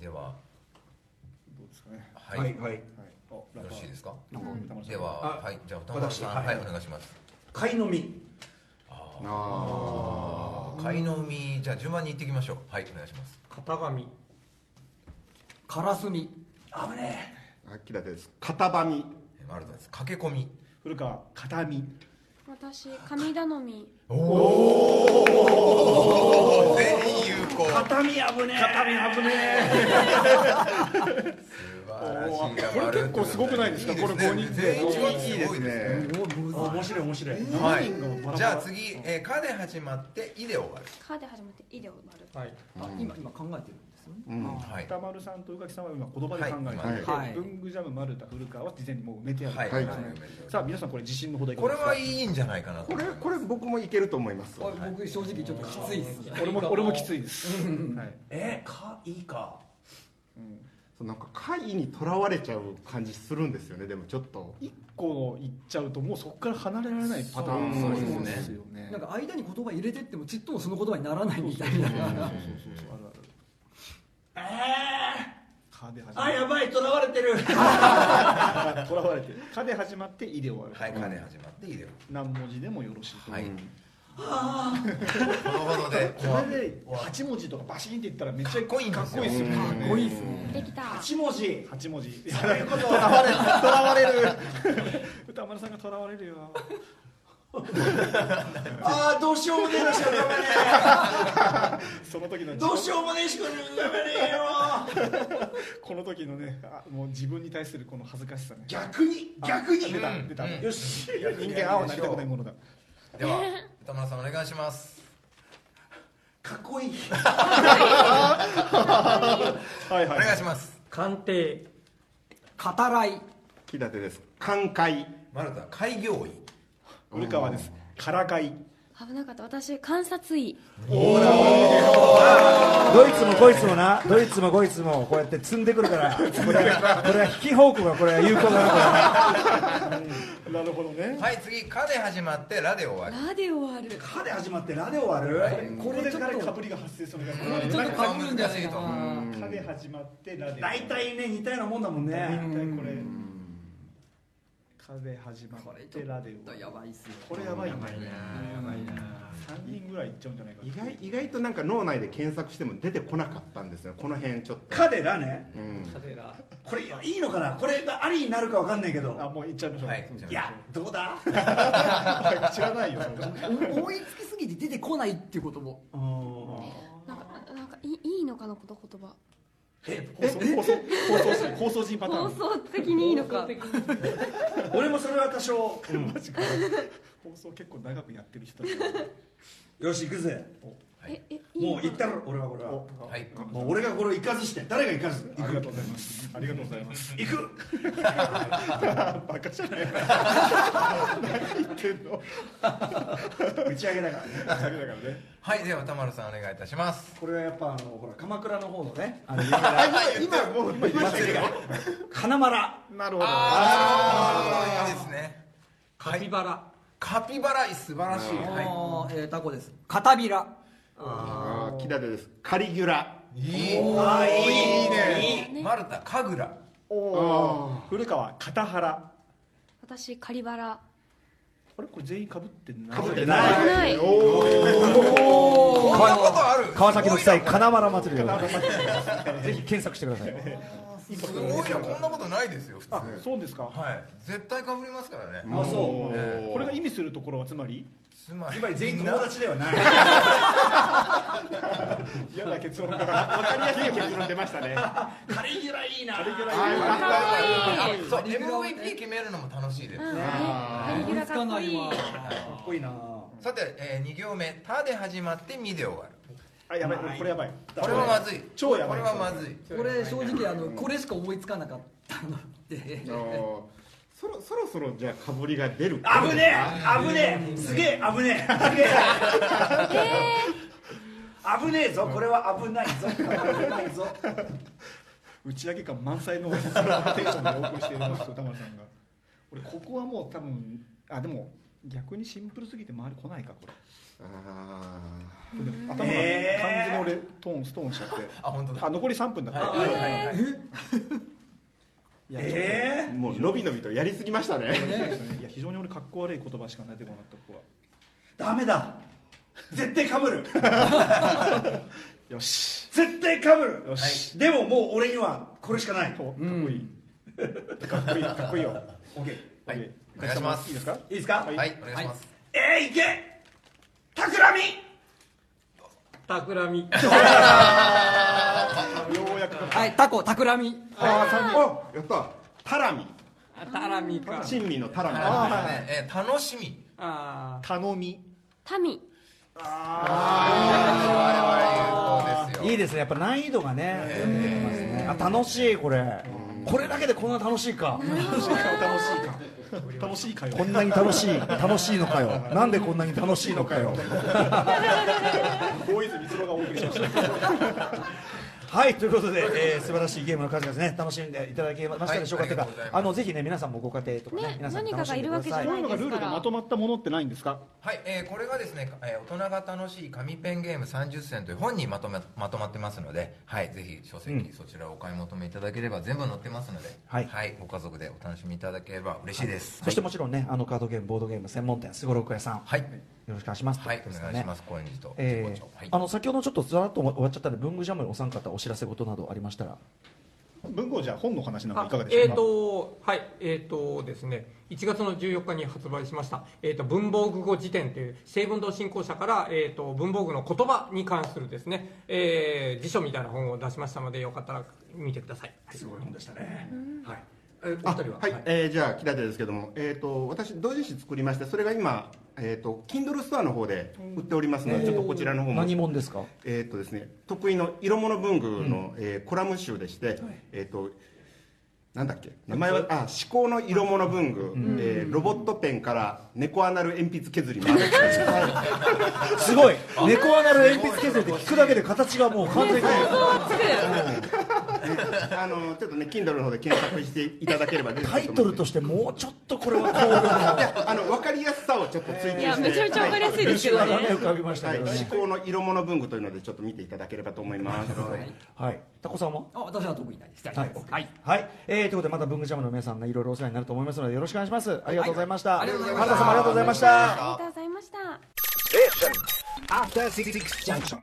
Speaker 4: では
Speaker 5: どうですかね
Speaker 4: はい
Speaker 5: はいはい
Speaker 4: よろしいですか
Speaker 5: なんか歌丸さ
Speaker 4: で
Speaker 5: ん
Speaker 4: ははいじゃあ歌丸
Speaker 5: 私
Speaker 4: さん
Speaker 5: はい
Speaker 4: はいお願いします
Speaker 2: 貝の実
Speaker 4: ああ貝の実じゃあ順番に行っていきましょうはいお願いします
Speaker 12: 型紙
Speaker 8: カラスミ
Speaker 2: 危ね
Speaker 7: あっきだです型紙
Speaker 4: マルタです駆け込み
Speaker 5: 古川型紙
Speaker 3: 私神頼み
Speaker 4: 全員有効
Speaker 2: 片身危ねえ片身危ね
Speaker 5: これ結構すごくないですかこれ5人
Speaker 4: 全員
Speaker 5: い
Speaker 4: いいですね
Speaker 2: 面白い面白い
Speaker 4: はいじゃあ次「えーか」で始まって「い」で終わる
Speaker 3: かで始まっていで終わる
Speaker 12: はい
Speaker 8: あ今今考えてるんですよね、
Speaker 4: はい
Speaker 5: 歌丸さんと宇垣さんは今言葉で
Speaker 4: は
Speaker 5: 考
Speaker 4: い
Speaker 5: えて、
Speaker 8: はい
Speaker 5: 文具ジャム丸田古川は事前にもう埋めてある、
Speaker 4: はいはい
Speaker 5: さあ皆さんこれ自信のほどいか
Speaker 4: こ
Speaker 5: が
Speaker 4: れ
Speaker 5: ですか
Speaker 4: はいいんじゃないかなと
Speaker 7: これこれ僕もいけると思います
Speaker 8: これ僕正直ちょっときついですね
Speaker 5: [LAUGHS] 俺も俺もきついです、はい、
Speaker 2: えかいいか
Speaker 7: そうなんか会にとらわれちゃう感じするんですよねでもちょっと
Speaker 5: 1個いっちゃうともうそこから離れられないパターン
Speaker 7: そう
Speaker 5: も
Speaker 7: ですね
Speaker 5: そうですよね
Speaker 8: なんか間に言葉入れてってもちっともその言葉にならないみたいな [LAUGHS]
Speaker 2: え
Speaker 5: かで始
Speaker 2: あや
Speaker 5: ま
Speaker 2: ばいとらわれてる
Speaker 5: ってとらわれてるかで始まっていで終わる、
Speaker 4: はい「か」で始まって「い」で終わ
Speaker 5: 何文字でもよろしいと、
Speaker 4: はい
Speaker 5: こ
Speaker 4: るなるほどで
Speaker 5: れで8文字とかバシンっていったらめっちゃかっこいい
Speaker 4: かっこいいんですよ
Speaker 5: ですよね
Speaker 8: かっこいいですね
Speaker 3: できた
Speaker 2: 8文字
Speaker 5: 8文字 [LAUGHS]
Speaker 2: と
Speaker 4: らわれる
Speaker 5: 歌丸さんがとらわれるよ
Speaker 2: ああどうしようもねえのしか浮かばね
Speaker 5: その時の
Speaker 2: え
Speaker 5: 自
Speaker 2: ど
Speaker 5: 分
Speaker 2: うしようもねえしか浮かばねえよ
Speaker 5: この時のねあもう自分に対するこの恥ずかしさね
Speaker 2: 逆に逆に
Speaker 5: 出た出た、
Speaker 4: うん
Speaker 2: よし
Speaker 5: 人間青なりたくないものだ
Speaker 4: では歌村さんお願いします
Speaker 2: かっこいい
Speaker 5: はい
Speaker 4: お
Speaker 5: はい
Speaker 4: 願いします
Speaker 12: 鑑定
Speaker 8: 語らい
Speaker 7: 木立です寛解
Speaker 4: 丸田開業医
Speaker 5: 古川ですからかい
Speaker 3: 危なかった私観察医
Speaker 2: ドイツもこいつもなドイツもこいつもこうやって積んでくるからこれこれは引き方向がこれは有効だなこれは
Speaker 5: なるほどね
Speaker 4: はい次「か」で始まって「ら」で終わる
Speaker 3: ラで終わる
Speaker 2: かで始まってラで終わる
Speaker 5: これで誰かぶりが発生するか
Speaker 8: これちょっとかぶるんじゃないか
Speaker 4: う
Speaker 8: な
Speaker 5: らかで始まってラで
Speaker 2: 大体ね似たようなもんだもん
Speaker 5: 大
Speaker 2: ね
Speaker 5: 体これかで始まってラで終わる
Speaker 8: やばいっすよ
Speaker 5: これやばいね
Speaker 8: やばいな
Speaker 5: 3人ぐらいいっちゃうんじゃないか
Speaker 7: 意外意外となんか脳内で検索しても出てこなかったんですよこの辺ちょっと
Speaker 2: かでラね
Speaker 7: うん
Speaker 2: これいいのかなこれがありになるかわかんないけど
Speaker 5: あもういっちゃいましょう、
Speaker 4: はい
Speaker 2: いやどうだ
Speaker 5: 知らないよそんな
Speaker 8: 思いつきすぎて出てこないっていうことも
Speaker 3: なんかなんかいいいのかなこの言葉
Speaker 2: え
Speaker 5: 放送放送放送人放送人パター
Speaker 3: 放
Speaker 5: ン
Speaker 3: 送的にいいのか
Speaker 2: 俺もそれは多少
Speaker 5: マジか放送結構長くやってる人だね
Speaker 2: よし行くぜ
Speaker 3: ええ
Speaker 13: もう言ったろ俺はこれは、もう俺がこれを行かずして誰が行かずありがとうございますありがとうございます行くバカじゃない何言ってんの打ち上げだからね打ち上げだからね
Speaker 4: はいでは田丸さんお願いいたします
Speaker 13: これはやっぱあのほら鎌倉の方のねあの有名な
Speaker 4: 今今もう
Speaker 13: 今祭りが金丸なるほど
Speaker 4: ああいいですね
Speaker 12: カピバラ
Speaker 4: カピバラ素晴らしい
Speaker 8: はいえータコですカタビラ
Speaker 7: ああ木立ですカリギュラ
Speaker 4: いい
Speaker 7: あー
Speaker 4: いいねマルタカグラ
Speaker 5: お古川片原
Speaker 3: 私カリバラ
Speaker 5: あれこれ全員かぶってない
Speaker 7: 被って
Speaker 3: ない被ってない
Speaker 2: お
Speaker 4: こんなことある
Speaker 2: 川崎の地帯金丸祭りでございますぜひ検索してください
Speaker 4: すごいなこんなことないですよ普通
Speaker 5: そうですか
Speaker 4: はい絶対かぶりますからね
Speaker 5: あそう
Speaker 4: ええ
Speaker 5: これが意味するところはつまり
Speaker 4: つま
Speaker 13: つまり全員友達ではない
Speaker 5: 嫌な結論から分かりやすい結論出ましたね
Speaker 13: カリギュラいいな
Speaker 4: あそう MVP 決めるのも楽しいですね
Speaker 3: カリギュラかっこいい
Speaker 13: かっこいいな
Speaker 4: さてえー二行目「た」で始まって「み」で終わる
Speaker 5: あやばいこれこれやばい
Speaker 4: これはまずい
Speaker 5: 超やばい
Speaker 4: これはまずい
Speaker 8: これ正直あのこれしか思いつかなかったので
Speaker 7: あーそろそろそろじゃあかぶりが出る
Speaker 13: 危ねえ危ねえすげえ危ねえすげえ危ねえぞこれは危ないぞ危ないぞ
Speaker 5: 打ち上げ感満載のテンションでお送りしていますよ田村さんが俺ここはもう多分あでも逆にシンプルすぎて周り来ないかこれ
Speaker 7: あ
Speaker 5: 頭が完全に俺トーンストーンしちゃって
Speaker 4: あ本当だ
Speaker 5: あ残り3分だった、
Speaker 4: はいはいはいはい
Speaker 13: え
Speaker 7: ーもうのびのびとやりすぎましたね
Speaker 5: いや非常に俺格好悪い言葉しか出てこなかったここは
Speaker 13: えダメだ絶対かぶる
Speaker 5: [LAUGHS] よし
Speaker 13: 絶対かぶる
Speaker 5: よし、
Speaker 13: でももう俺にはこれしかない
Speaker 5: かっこいい、かっこいいかっこいいよ
Speaker 13: OK い
Speaker 4: はいお願いします
Speaker 5: いいですか
Speaker 13: いですか、
Speaker 4: はいお願いします
Speaker 13: えー、いけたくらみ
Speaker 12: 企み
Speaker 5: ようやく
Speaker 8: はいタコタクラミ
Speaker 7: ああやったタラミ
Speaker 12: タラミか
Speaker 7: 珍味のタラミ
Speaker 4: はいえー楽しみ
Speaker 12: あー
Speaker 5: 頼み
Speaker 3: 民
Speaker 4: 我々言うそうですよ
Speaker 2: いいですねやっぱ難易度がねあ楽しいこれこれだけでこんな楽しいか
Speaker 5: 楽しいか楽しいか楽しいかよ
Speaker 2: こんなに楽しい楽しいのかよなんでこんなに楽しいのかよ
Speaker 5: 大泉光郎がお送りしました
Speaker 2: はいということで、えー素晴らしいゲームの数々ね楽しんでいただけましたでしょうか、
Speaker 4: はい
Speaker 2: というか
Speaker 4: ありがとうございます
Speaker 2: あのぜひね皆さんもご家庭とかね
Speaker 3: ね
Speaker 2: 皆さん楽しんでくだ
Speaker 3: 何かが
Speaker 2: さ
Speaker 3: い
Speaker 2: い
Speaker 3: るわけじゃ
Speaker 5: こ
Speaker 3: な
Speaker 5: う
Speaker 3: い
Speaker 5: いうのがルールがまとまったものってないんですか
Speaker 4: はい、えーこれがですね、えー大人が楽しい紙ペンゲーム30選という本にまとめまとまってますので、はい、ぜひ書籍にそちらをお買い求めいただければ全部載ってますので、
Speaker 2: はい
Speaker 4: ご家族でお楽しみいただければ嬉しいです。
Speaker 2: そしてもちろんねあのカードゲームボードゲーム専門店すごろく屋さん、
Speaker 4: はい、
Speaker 2: よろしくお願いします
Speaker 4: はい、
Speaker 2: とう
Speaker 4: お
Speaker 2: ことです
Speaker 4: 願
Speaker 2: か
Speaker 4: い
Speaker 2: ね
Speaker 4: します。高円寺と神
Speaker 2: え
Speaker 4: 保
Speaker 2: ー
Speaker 4: 町。はい
Speaker 2: あの先ほどちょっとずらっと終わっちゃったので文具ジャムにお三方お知らせ事などありましたら
Speaker 5: 文豪じゃあ本の話なんかいかがで
Speaker 12: え
Speaker 5: しょう
Speaker 12: っ、
Speaker 5: か
Speaker 12: とはいえっ、とですね1月の14日に発売しました、えー、と文房具語辞典という西文堂振興社から、えー、と文房具の言葉に関するですね、えー辞書みたいな本を出しましたのでよかったら見てください、はい、
Speaker 13: すごい本でしたね
Speaker 12: はいえーお
Speaker 7: あ
Speaker 12: 二人は
Speaker 7: はい、えーじゃあ木立ですけども、えー、と私同人誌作りましてそれが今、えー、と Kindle ストアの方で売っておりますので、ちょっとこちらの方も
Speaker 2: 何者ですか
Speaker 7: えーとですね、得意の色物文具の、えーコラム集でして、えー、となんだっけ名前はあ思考の色物文具、えーロボットペンから猫アナル鉛筆削りまで
Speaker 3: [LAUGHS]
Speaker 2: すごい猫アナル鉛筆削りって聞くだけで形がもう完全に
Speaker 7: あのちょっとね Kindle の方で検索していただければ出てく
Speaker 2: タ
Speaker 7: る
Speaker 2: イ
Speaker 7: と
Speaker 2: ト
Speaker 7: 思う
Speaker 2: ル
Speaker 7: ん
Speaker 2: と
Speaker 7: で
Speaker 2: してもうちょっとこれはこうだ
Speaker 7: いやあの分かりやすさをちょっと追求して、
Speaker 3: いやめちゃめちゃわかりやすいですけど
Speaker 2: がね
Speaker 3: ね
Speaker 2: 浮かびました
Speaker 7: は
Speaker 2: け
Speaker 7: い、
Speaker 2: ど
Speaker 7: 思
Speaker 2: ね
Speaker 7: 考の色物文具というのでちょっと見ていただければと思います。
Speaker 2: はいタコさんは
Speaker 8: あ私は得意ないです
Speaker 2: はい、はい、えーということで、また文具ジャムの皆さんね、いろいろお世話になると思いますので、よろしくお願いします。ありがとうございました。
Speaker 4: ありがとうございました
Speaker 2: 原田さんもありがとうございました。
Speaker 3: ありがとうございまし
Speaker 1: Station.
Speaker 3: た
Speaker 1: After Six Junction.